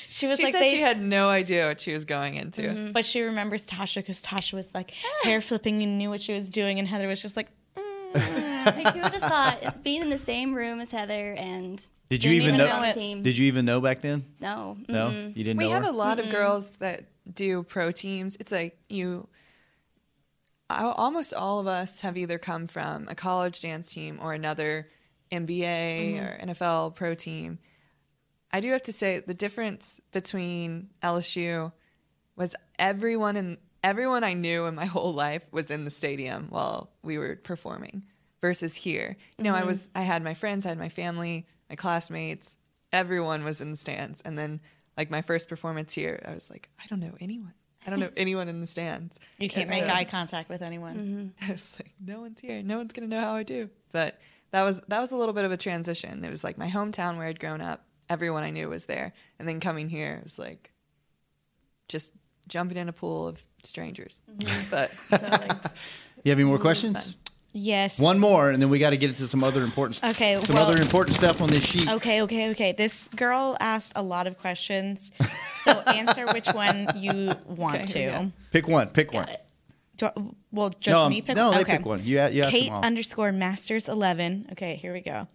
[SPEAKER 3] She was
[SPEAKER 5] she
[SPEAKER 3] like
[SPEAKER 5] said
[SPEAKER 3] they, Mm-hmm.
[SPEAKER 5] she had no idea what she was going into
[SPEAKER 3] But she remembers Tasha because Tasha was like hair flipping and knew what she was doing, and Heather was just like,
[SPEAKER 4] like who would have thought being in the same room as Heather and
[SPEAKER 2] Did you
[SPEAKER 4] Didn't
[SPEAKER 2] even
[SPEAKER 4] even know
[SPEAKER 2] know?
[SPEAKER 4] it. Team.
[SPEAKER 2] Did you even know back then?
[SPEAKER 4] No.
[SPEAKER 2] No,
[SPEAKER 4] Mm-mm.
[SPEAKER 2] you didn't.
[SPEAKER 5] we
[SPEAKER 2] know
[SPEAKER 5] have
[SPEAKER 2] her?
[SPEAKER 5] a lot of girls that do pro teams. It's like you. I- Almost all of us have either come from a college dance team or another NBA
[SPEAKER 3] Mm-hmm.
[SPEAKER 4] Mhm.
[SPEAKER 5] or NFL pro team. I do have to say the difference between LSU was everyone in everyone I knew in my whole life was in the stadium while we were performing versus here. You know, I
[SPEAKER 4] Mhm.
[SPEAKER 5] was I had my friends, I had my family, my classmates, everyone was in the stands. And then like my first performance here, I was like, I don't know anyone. I don't know anyone in the stands.
[SPEAKER 3] You can't
[SPEAKER 5] And
[SPEAKER 3] make
[SPEAKER 5] so-
[SPEAKER 3] eye contact with anyone.
[SPEAKER 5] I was like, no one's here. No one's gonna know how I do. But that was that was a little bit of a transition. It was like my hometown where I'd grown up. Everyone I knew was there, and then coming here it was like just jumping in a pool of strangers. But
[SPEAKER 2] You have any more questions?
[SPEAKER 3] Yes.
[SPEAKER 2] One more, and then we got to get into some other important. st-
[SPEAKER 3] Okay,
[SPEAKER 2] Some
[SPEAKER 3] well-
[SPEAKER 2] other important stuff on this
[SPEAKER 4] Oh.
[SPEAKER 2] sheet.
[SPEAKER 3] Okay, okay, okay. This girl asked a lot of questions, so answer which one you want
[SPEAKER 2] Okay,
[SPEAKER 3] to.
[SPEAKER 2] yeah. Pick one. Pick one.
[SPEAKER 3] Do I, well, just
[SPEAKER 2] No,
[SPEAKER 3] me
[SPEAKER 2] um,
[SPEAKER 3] pick
[SPEAKER 2] no, they pick one. You a- you ask them
[SPEAKER 3] Kate
[SPEAKER 2] all.
[SPEAKER 3] underscore masters 11. Okay, here we go.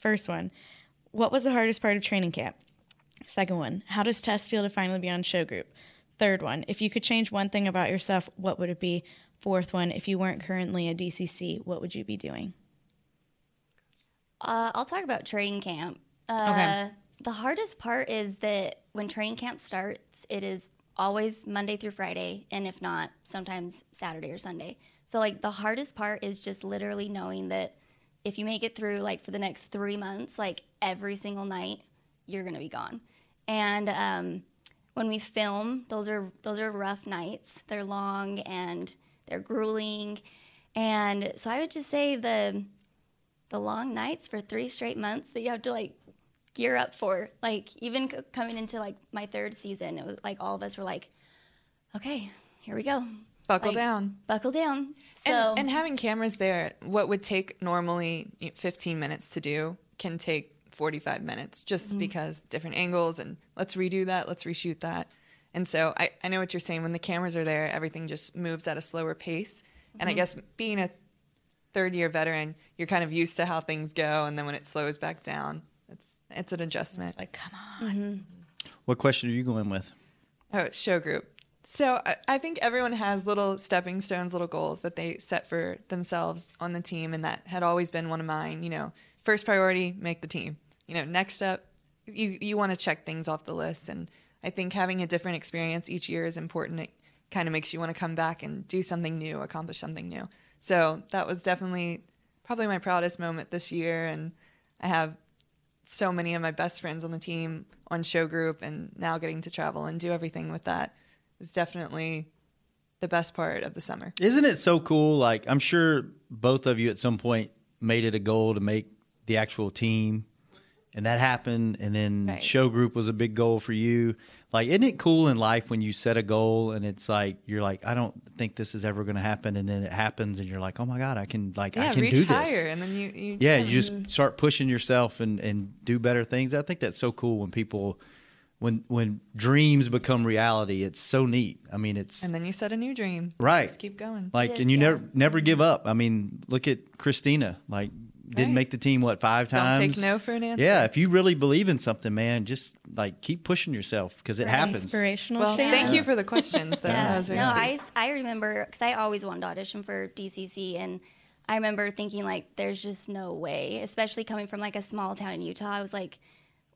[SPEAKER 3] First one What was the hardest part of training camp? Second one How does Tess feel to finally be on show group? Third one If you could change one thing about yourself, what would it be? Fourth one If you weren't currently a DCC, what would you be doing?
[SPEAKER 4] Uh, I'll talk about training camp. Uh,
[SPEAKER 3] Okay.
[SPEAKER 4] The hardest part is that when training camp starts, it is always Monday through Friday, and if not, sometimes Saturday or Sunday. So, like, the hardest part is just literally knowing that if you make it through, like, for the next three months, like, every single night, you're going to be gone. And, um, when we film, those are those are rough nights. They're long and they're grueling, and so I would just say the the long nights for three straight months that you have to like gear up for. Like even c- coming into like my third season, it was like all of us were like, okay, here we go,
[SPEAKER 5] Buckle
[SPEAKER 4] Like,
[SPEAKER 5] down.
[SPEAKER 4] buckle down. So
[SPEAKER 5] and, and having cameras there, what would take normally 15 minutes to do can take 45 minutes just
[SPEAKER 4] Mhm.
[SPEAKER 5] because different angles and let's redo that, let's reshoot that. And so I, I know what you're saying. When the cameras are there, everything just moves at a slower pace. And I
[SPEAKER 4] Mhm.
[SPEAKER 5] guess being a third year veteran, you're kind of used to how things go. And then when it slows back down, it's, it's an adjustment.
[SPEAKER 3] like, come
[SPEAKER 5] on.
[SPEAKER 2] What question are you going with?
[SPEAKER 5] Oh, it's show group. So I, I think everyone has little stepping stones, little goals that they set for themselves on the team, and that had always been one of mine. You know, first priority, make the team. You know, next up, you you want to check things off the list, and I think having a different experience each year is important. It kind of makes you want to come back and do something new, accomplish something new. So that was definitely probably my proudest moment this year, and I have so many of my best friends on the team on show group and now getting to travel and do everything with that is definitely the best part of the summer.
[SPEAKER 2] Isn't it so cool? Like, I'm sure both of you at some point made it a goal to make the actual team, and that happened. And then show group was a big goal for you. Like, isn't it cool in life when you set a goal and it's like, you're like, I don't think this is ever going to happen. And then it happens, and you're like, oh my God, I can, like,
[SPEAKER 5] yeah,
[SPEAKER 2] I can
[SPEAKER 5] reach
[SPEAKER 2] do this.
[SPEAKER 5] higher and then you, you
[SPEAKER 2] Yeah, you just start pushing yourself and, and do better things. I think that's so cool when people, when when dreams become reality. It's so neat. I mean, it's
[SPEAKER 5] and then you set a new dream.
[SPEAKER 2] Right.
[SPEAKER 5] Just keep going.
[SPEAKER 2] like, and you never never give up. I mean, look at Christina. Like, didn't
[SPEAKER 5] Right.
[SPEAKER 2] make the team what five
[SPEAKER 5] Don't
[SPEAKER 2] times?
[SPEAKER 5] take no for an answer.
[SPEAKER 2] Yeah, if you really believe in something, man, just like keep pushing yourself because it happens.
[SPEAKER 5] Well,
[SPEAKER 4] Shannon.
[SPEAKER 5] thank you for the questions. Though.
[SPEAKER 4] Yeah.
[SPEAKER 5] That was very
[SPEAKER 4] no,
[SPEAKER 5] sweet.
[SPEAKER 4] I, I remember because I always wanted to audition for DCC, and I remember thinking like, there's just no way, especially coming from like a small town in Utah. I was like,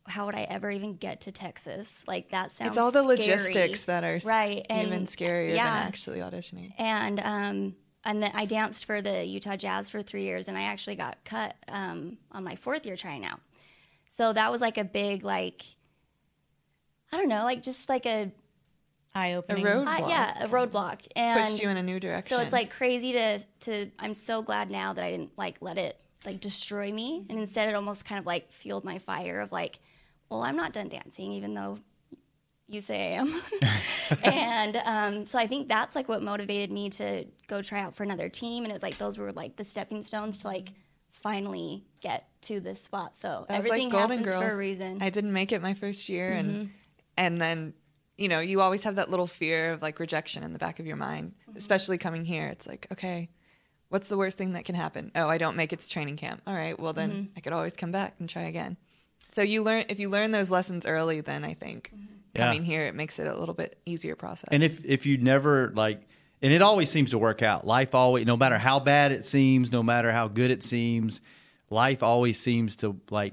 [SPEAKER 4] how would I ever even get to Texas? Like that sounds.
[SPEAKER 5] it's all the
[SPEAKER 4] scary.
[SPEAKER 5] logistics that are s-
[SPEAKER 4] right and-
[SPEAKER 5] even scarier
[SPEAKER 4] yeah.
[SPEAKER 5] than actually auditioning.
[SPEAKER 4] and um, and then I danced for the Utah Jazz for three years, and I actually got cut um, on my fourth year trying out. So that was like a big like, I don't know, like just like a
[SPEAKER 3] eye opening,
[SPEAKER 5] roadblock.
[SPEAKER 4] yeah, a roadblock, and
[SPEAKER 5] Pushed you in a new direction.
[SPEAKER 4] So it's like crazy to to. I'm so glad now that I didn't like let it like destroy me, and instead it almost kind of like fueled my fire of like, well, I'm not done dancing, even though you say I am. and um, so I think that's like what motivated me to go try out for another team. And it was like those were like the stepping stones to like finally get to this spot. So
[SPEAKER 5] That was
[SPEAKER 4] everything
[SPEAKER 5] like Golden
[SPEAKER 4] happens
[SPEAKER 5] Girls.
[SPEAKER 4] for a reason.
[SPEAKER 5] I didn't make it my first year, and
[SPEAKER 4] Mhm.
[SPEAKER 5] and then you know you always have that little fear of like rejection in the back of your mind,
[SPEAKER 4] Mm-hmm.
[SPEAKER 5] especially coming here. It's like okay,
[SPEAKER 4] Mm-hmm.
[SPEAKER 5] what's the worst thing that can happen? Oh, I don't make it to training camp. All right, well then I could always come back and try again. So you learn if you learn those lessons early, then I think
[SPEAKER 4] Mm-hmm.
[SPEAKER 2] Yeah.
[SPEAKER 5] coming here it makes it a little bit easier process.
[SPEAKER 2] And if if you never like, and it always seems to work out. Life always, no matter how bad it seems, no matter how good it seems, life always seems to like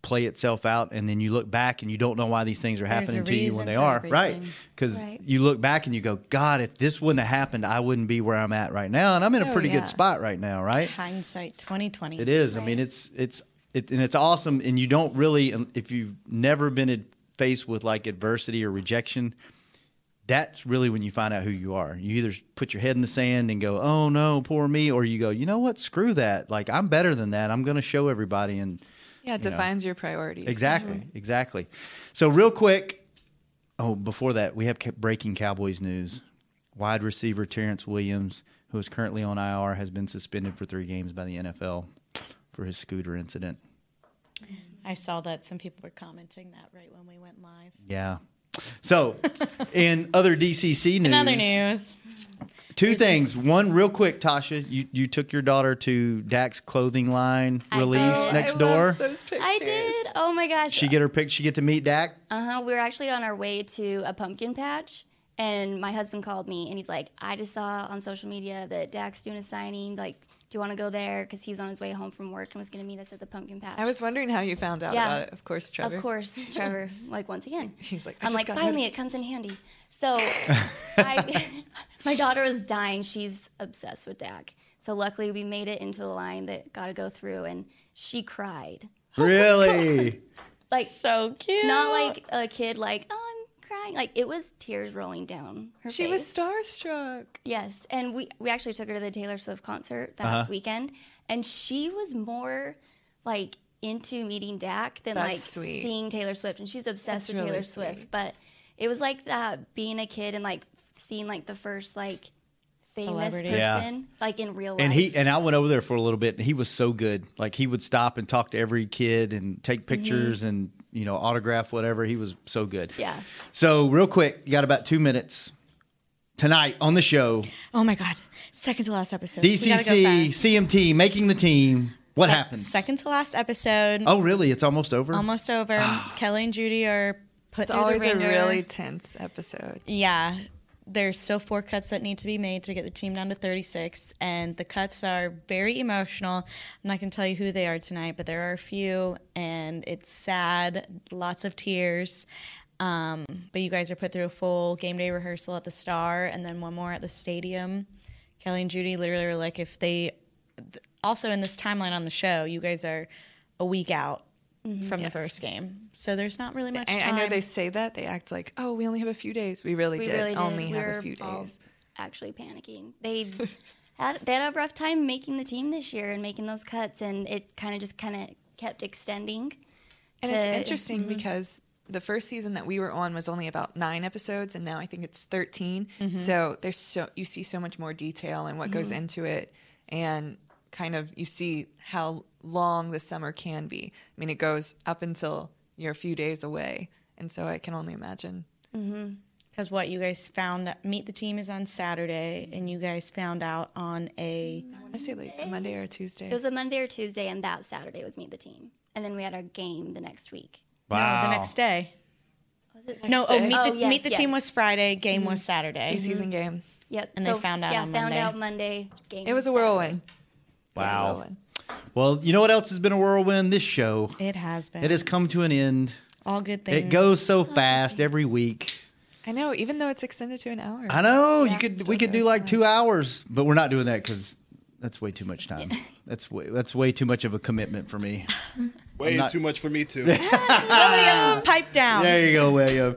[SPEAKER 2] play itself out. And then you look back and you don't know why these things are
[SPEAKER 16] There's a
[SPEAKER 2] happening to you
[SPEAKER 16] reason
[SPEAKER 2] when they
[SPEAKER 16] for
[SPEAKER 2] are, right?
[SPEAKER 16] everything.
[SPEAKER 2] Because
[SPEAKER 16] Right.
[SPEAKER 2] you look back and you go, God, if this wouldn't have happened, I wouldn't be where I'm at right now, and I'm in a
[SPEAKER 3] Oh,
[SPEAKER 2] pretty
[SPEAKER 3] yeah.
[SPEAKER 2] good spot right now, right?
[SPEAKER 3] Hindsight 2020.
[SPEAKER 2] It is. I mean, it's it's it, and it's awesome. And you don't really, um, if you've never been ad- faced with like adversity or rejection, that's really when you find out who you are. You either put your head in the sand and go, "Oh no, poor me," or you go, "You know what? Screw that. Like I'm better than that. I'm going to show everybody." And
[SPEAKER 5] yeah, it
[SPEAKER 2] you know.
[SPEAKER 5] defines your priorities.
[SPEAKER 2] Exactly. Exactly. So real quick. Oh, before that, we have ca- breaking Cowboys news. Wide receiver Terrence Williams, who is currently on IR, has been suspended for three games by the NFL for his scooter incident.
[SPEAKER 3] I saw that some people were commenting that right when we went live.
[SPEAKER 2] Yeah. So, in other DCC news,
[SPEAKER 3] In other news,
[SPEAKER 2] two things. One, real quick, Tasha, you, you took your daughter to Dax Clothing Line release next
[SPEAKER 4] Oh,
[SPEAKER 2] door.
[SPEAKER 4] I did. Oh my gosh.
[SPEAKER 2] She get her pic. She get to meet Dak.
[SPEAKER 4] Uh huh. We were actually on our way to a pumpkin patch, and my husband called me, and he's like, "I just saw on social media that Dak's doing a signing. Like, do you want to go there? Because he was on his way home from work and was going to meet us at the pumpkin patch."
[SPEAKER 5] I was wondering how you found out
[SPEAKER 4] Yeah.
[SPEAKER 5] about it. Of course, Trevor.
[SPEAKER 4] Of course, Trevor. like once again,
[SPEAKER 5] He's like, I
[SPEAKER 4] I'm
[SPEAKER 5] just
[SPEAKER 4] like,
[SPEAKER 5] got
[SPEAKER 4] finally,
[SPEAKER 5] notified."
[SPEAKER 4] it comes in handy. So, I, my daughter is dying. She's obsessed with Dak. So luckily, we made it into the line that got to go through, and she cried.
[SPEAKER 2] Really?
[SPEAKER 4] Like
[SPEAKER 3] so cute.
[SPEAKER 4] Not like a kid. Like, oh, I'm crying. Like it was tears rolling down her
[SPEAKER 5] She was
[SPEAKER 4] face.
[SPEAKER 5] starstruck.
[SPEAKER 4] Yes, and we we actually took her to the Taylor Swift concert that
[SPEAKER 5] Uh-huh.
[SPEAKER 4] weekend, and she was more like into meeting Dak than
[SPEAKER 5] That's
[SPEAKER 4] like
[SPEAKER 5] sweet.
[SPEAKER 4] seeing Taylor Swift, and she's obsessed
[SPEAKER 5] That's
[SPEAKER 4] with
[SPEAKER 5] really
[SPEAKER 4] Taylor Swift. But it was like that being a kid and like seeing like the first like famous
[SPEAKER 3] Celebrity.
[SPEAKER 4] person
[SPEAKER 2] Yeah.
[SPEAKER 4] like in real life.
[SPEAKER 2] And he and I went over there for a little bit, and he was so good. Like he would stop and talk to every kid and
[SPEAKER 3] Mm-hmm.
[SPEAKER 2] take pictures and you know autograph whatever. He was so good.
[SPEAKER 4] Yeah.
[SPEAKER 2] So real quick, you got about two minutes tonight on the show.
[SPEAKER 3] oh my God, second to last episode. We gotta go
[SPEAKER 2] DCC CMT making the team. What
[SPEAKER 3] Se-
[SPEAKER 2] happens?
[SPEAKER 3] Second to last episode.
[SPEAKER 2] Oh really? It's almost over.
[SPEAKER 3] Almost over. Kelly and Judy are put
[SPEAKER 5] It's
[SPEAKER 3] through
[SPEAKER 5] always
[SPEAKER 3] the
[SPEAKER 5] a
[SPEAKER 3] ringer.
[SPEAKER 5] really tense episode.
[SPEAKER 3] Yeah. There's still four cuts that need to be made to get the team down to 36, and the cuts are very emotional. I'm not going to tell you who they are tonight, but there are a few, and it's sad, lots of tears. Um, but you guys are put through a full game day rehearsal at the Star, and then one more at the stadium. Kelly and Judy literally are like, if they th- also in this timeline on the show, you guys are a week out
[SPEAKER 5] Mhm.
[SPEAKER 3] from
[SPEAKER 5] Yes.
[SPEAKER 3] the first game, so there's not really much.
[SPEAKER 5] I, I
[SPEAKER 3] time.
[SPEAKER 5] know they say that they act like, oh, we only have a few days. We really
[SPEAKER 4] We
[SPEAKER 5] did
[SPEAKER 4] really did.
[SPEAKER 5] only
[SPEAKER 4] We
[SPEAKER 5] have
[SPEAKER 4] were
[SPEAKER 5] a few
[SPEAKER 4] all
[SPEAKER 5] days.
[SPEAKER 4] actually panicking. They had, they had a rough time making the team this year and making those cuts, and it kind of just kind of kept extending.
[SPEAKER 5] And
[SPEAKER 4] to-
[SPEAKER 5] it's interesting
[SPEAKER 4] Mhm.
[SPEAKER 5] because the first season that we were on was only about nine episodes, and now I think it's 13
[SPEAKER 4] Mhm.
[SPEAKER 5] So there's so you see so much more detail and what goes
[SPEAKER 4] Mhm.
[SPEAKER 5] into it, and kind of you see how long the summer can be. I mean, it goes up until you're a few days away, and so I can only imagine.
[SPEAKER 3] Because what you guys found, meet the team is on Saturday, and you guys found out on a. I
[SPEAKER 5] want to say like a Monday or a Tuesday.
[SPEAKER 4] It was a Monday or Tuesday, and that Saturday was meet the team, and then we had our game the next week.
[SPEAKER 3] No,
[SPEAKER 2] Wow.
[SPEAKER 3] the next day.
[SPEAKER 4] Was it
[SPEAKER 3] No,
[SPEAKER 4] next
[SPEAKER 3] oh,
[SPEAKER 4] day?
[SPEAKER 3] meet the,
[SPEAKER 4] Oh, yes,
[SPEAKER 3] meet the team
[SPEAKER 4] yes. Mm-hmm.
[SPEAKER 3] was Friday, game was Saturday.
[SPEAKER 5] Preseason game.
[SPEAKER 4] Yep.
[SPEAKER 3] And
[SPEAKER 4] so,
[SPEAKER 3] they found out
[SPEAKER 4] Yeah,
[SPEAKER 3] on
[SPEAKER 4] found
[SPEAKER 3] Monday.
[SPEAKER 4] out Monday. Game
[SPEAKER 5] It was a whirlwind.
[SPEAKER 2] Wow. Well, you know what else has been a whirlwind? This show.
[SPEAKER 3] It has been.
[SPEAKER 2] It has come to an end.
[SPEAKER 3] All good
[SPEAKER 2] It goes so fast every week.
[SPEAKER 5] I know, even though it's extended to an hour.
[SPEAKER 2] I know you could we could do like two hours, but we're not doing that because that's way too much time. That's way that's way too much of a commitment for me.
[SPEAKER 15] Way
[SPEAKER 2] I'm not-
[SPEAKER 15] too much for me too.
[SPEAKER 3] Ah, pipe
[SPEAKER 5] Oh,
[SPEAKER 3] down.
[SPEAKER 2] There you go, William.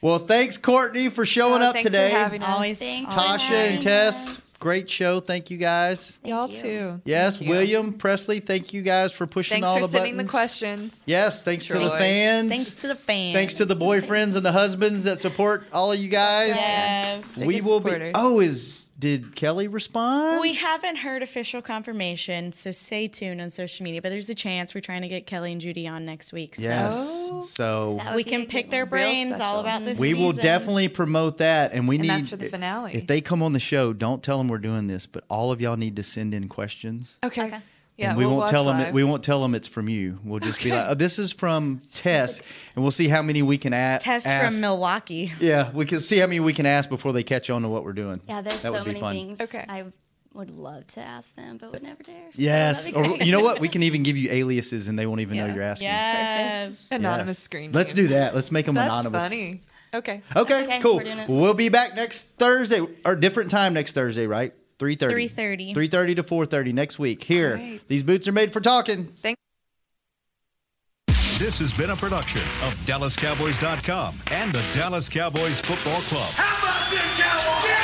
[SPEAKER 2] Well, thanks Courtney for showing
[SPEAKER 5] Oh,
[SPEAKER 2] up
[SPEAKER 5] thanks for
[SPEAKER 2] today.
[SPEAKER 5] having us.
[SPEAKER 3] Always.
[SPEAKER 2] Tasha and Tess, great show. Thank you guys.
[SPEAKER 5] Y'all too.
[SPEAKER 2] Yes, William Presley, thank you guys for pushing
[SPEAKER 5] Thanks
[SPEAKER 2] all
[SPEAKER 5] for
[SPEAKER 2] the
[SPEAKER 5] sending the
[SPEAKER 2] buttons.
[SPEAKER 5] questions.
[SPEAKER 2] yes, thanks to the
[SPEAKER 5] Troy.
[SPEAKER 2] fans.
[SPEAKER 3] Thanks to the fans.
[SPEAKER 2] Thanks to the boyfriends and the husbands that support all of you guys.
[SPEAKER 3] Yes.
[SPEAKER 2] We
[SPEAKER 3] Biggest
[SPEAKER 2] will be.
[SPEAKER 3] supporters.
[SPEAKER 2] Oh, is did Kelly respond?
[SPEAKER 3] We haven't heard official confirmation, so stay tuned on social media. But there's a chance we're trying to get Kelly and Judy on next week. So
[SPEAKER 2] Yes. So
[SPEAKER 3] we can pick their brains all about this.
[SPEAKER 2] we will
[SPEAKER 3] season.
[SPEAKER 2] definitely promote that, and we
[SPEAKER 5] And
[SPEAKER 2] need
[SPEAKER 5] that's for the finale.
[SPEAKER 2] If they come on the show, don't tell them we're doing this, but all of y'all need to send in questions.
[SPEAKER 5] Okay. Yeah,
[SPEAKER 2] and we
[SPEAKER 5] we'll
[SPEAKER 2] won't
[SPEAKER 5] watch
[SPEAKER 2] tell them.
[SPEAKER 5] live.
[SPEAKER 2] We won't tell them it's from you. We'll just be like, oh, "This is from Tess," and we'll see how many we can a-
[SPEAKER 3] Tess
[SPEAKER 2] ask.
[SPEAKER 3] from Milwaukee.
[SPEAKER 2] Yeah, we can see how many we can ask before they catch on to what we're doing.
[SPEAKER 4] Yeah, there's
[SPEAKER 2] that
[SPEAKER 4] so
[SPEAKER 2] would be
[SPEAKER 4] many
[SPEAKER 2] fun.
[SPEAKER 4] things I would love to ask them, but would never dare.
[SPEAKER 2] Yes,
[SPEAKER 4] That'd
[SPEAKER 2] or
[SPEAKER 4] be great.
[SPEAKER 2] you know what? We can even give you aliases, and they won't even know you're asking.
[SPEAKER 4] Yes.
[SPEAKER 5] Anonymous
[SPEAKER 2] Yes.
[SPEAKER 5] screen.
[SPEAKER 2] Let's do
[SPEAKER 5] names.
[SPEAKER 2] that. Let's make 'em
[SPEAKER 5] That's
[SPEAKER 2] anonymous. Oh.
[SPEAKER 5] funny. Okay.
[SPEAKER 2] Okay, cool. We'll be back next Thursday or different time next Thursday, right? 3:30.
[SPEAKER 3] 3:30.
[SPEAKER 2] 3:30 to 4:30 next week. Here.
[SPEAKER 3] Alright.
[SPEAKER 2] These boots are made for talking.
[SPEAKER 5] Thank
[SPEAKER 1] This has been a production of DallasCowboys.com and the Dallas Cowboys Football Club.
[SPEAKER 16] How about this, Cowboys?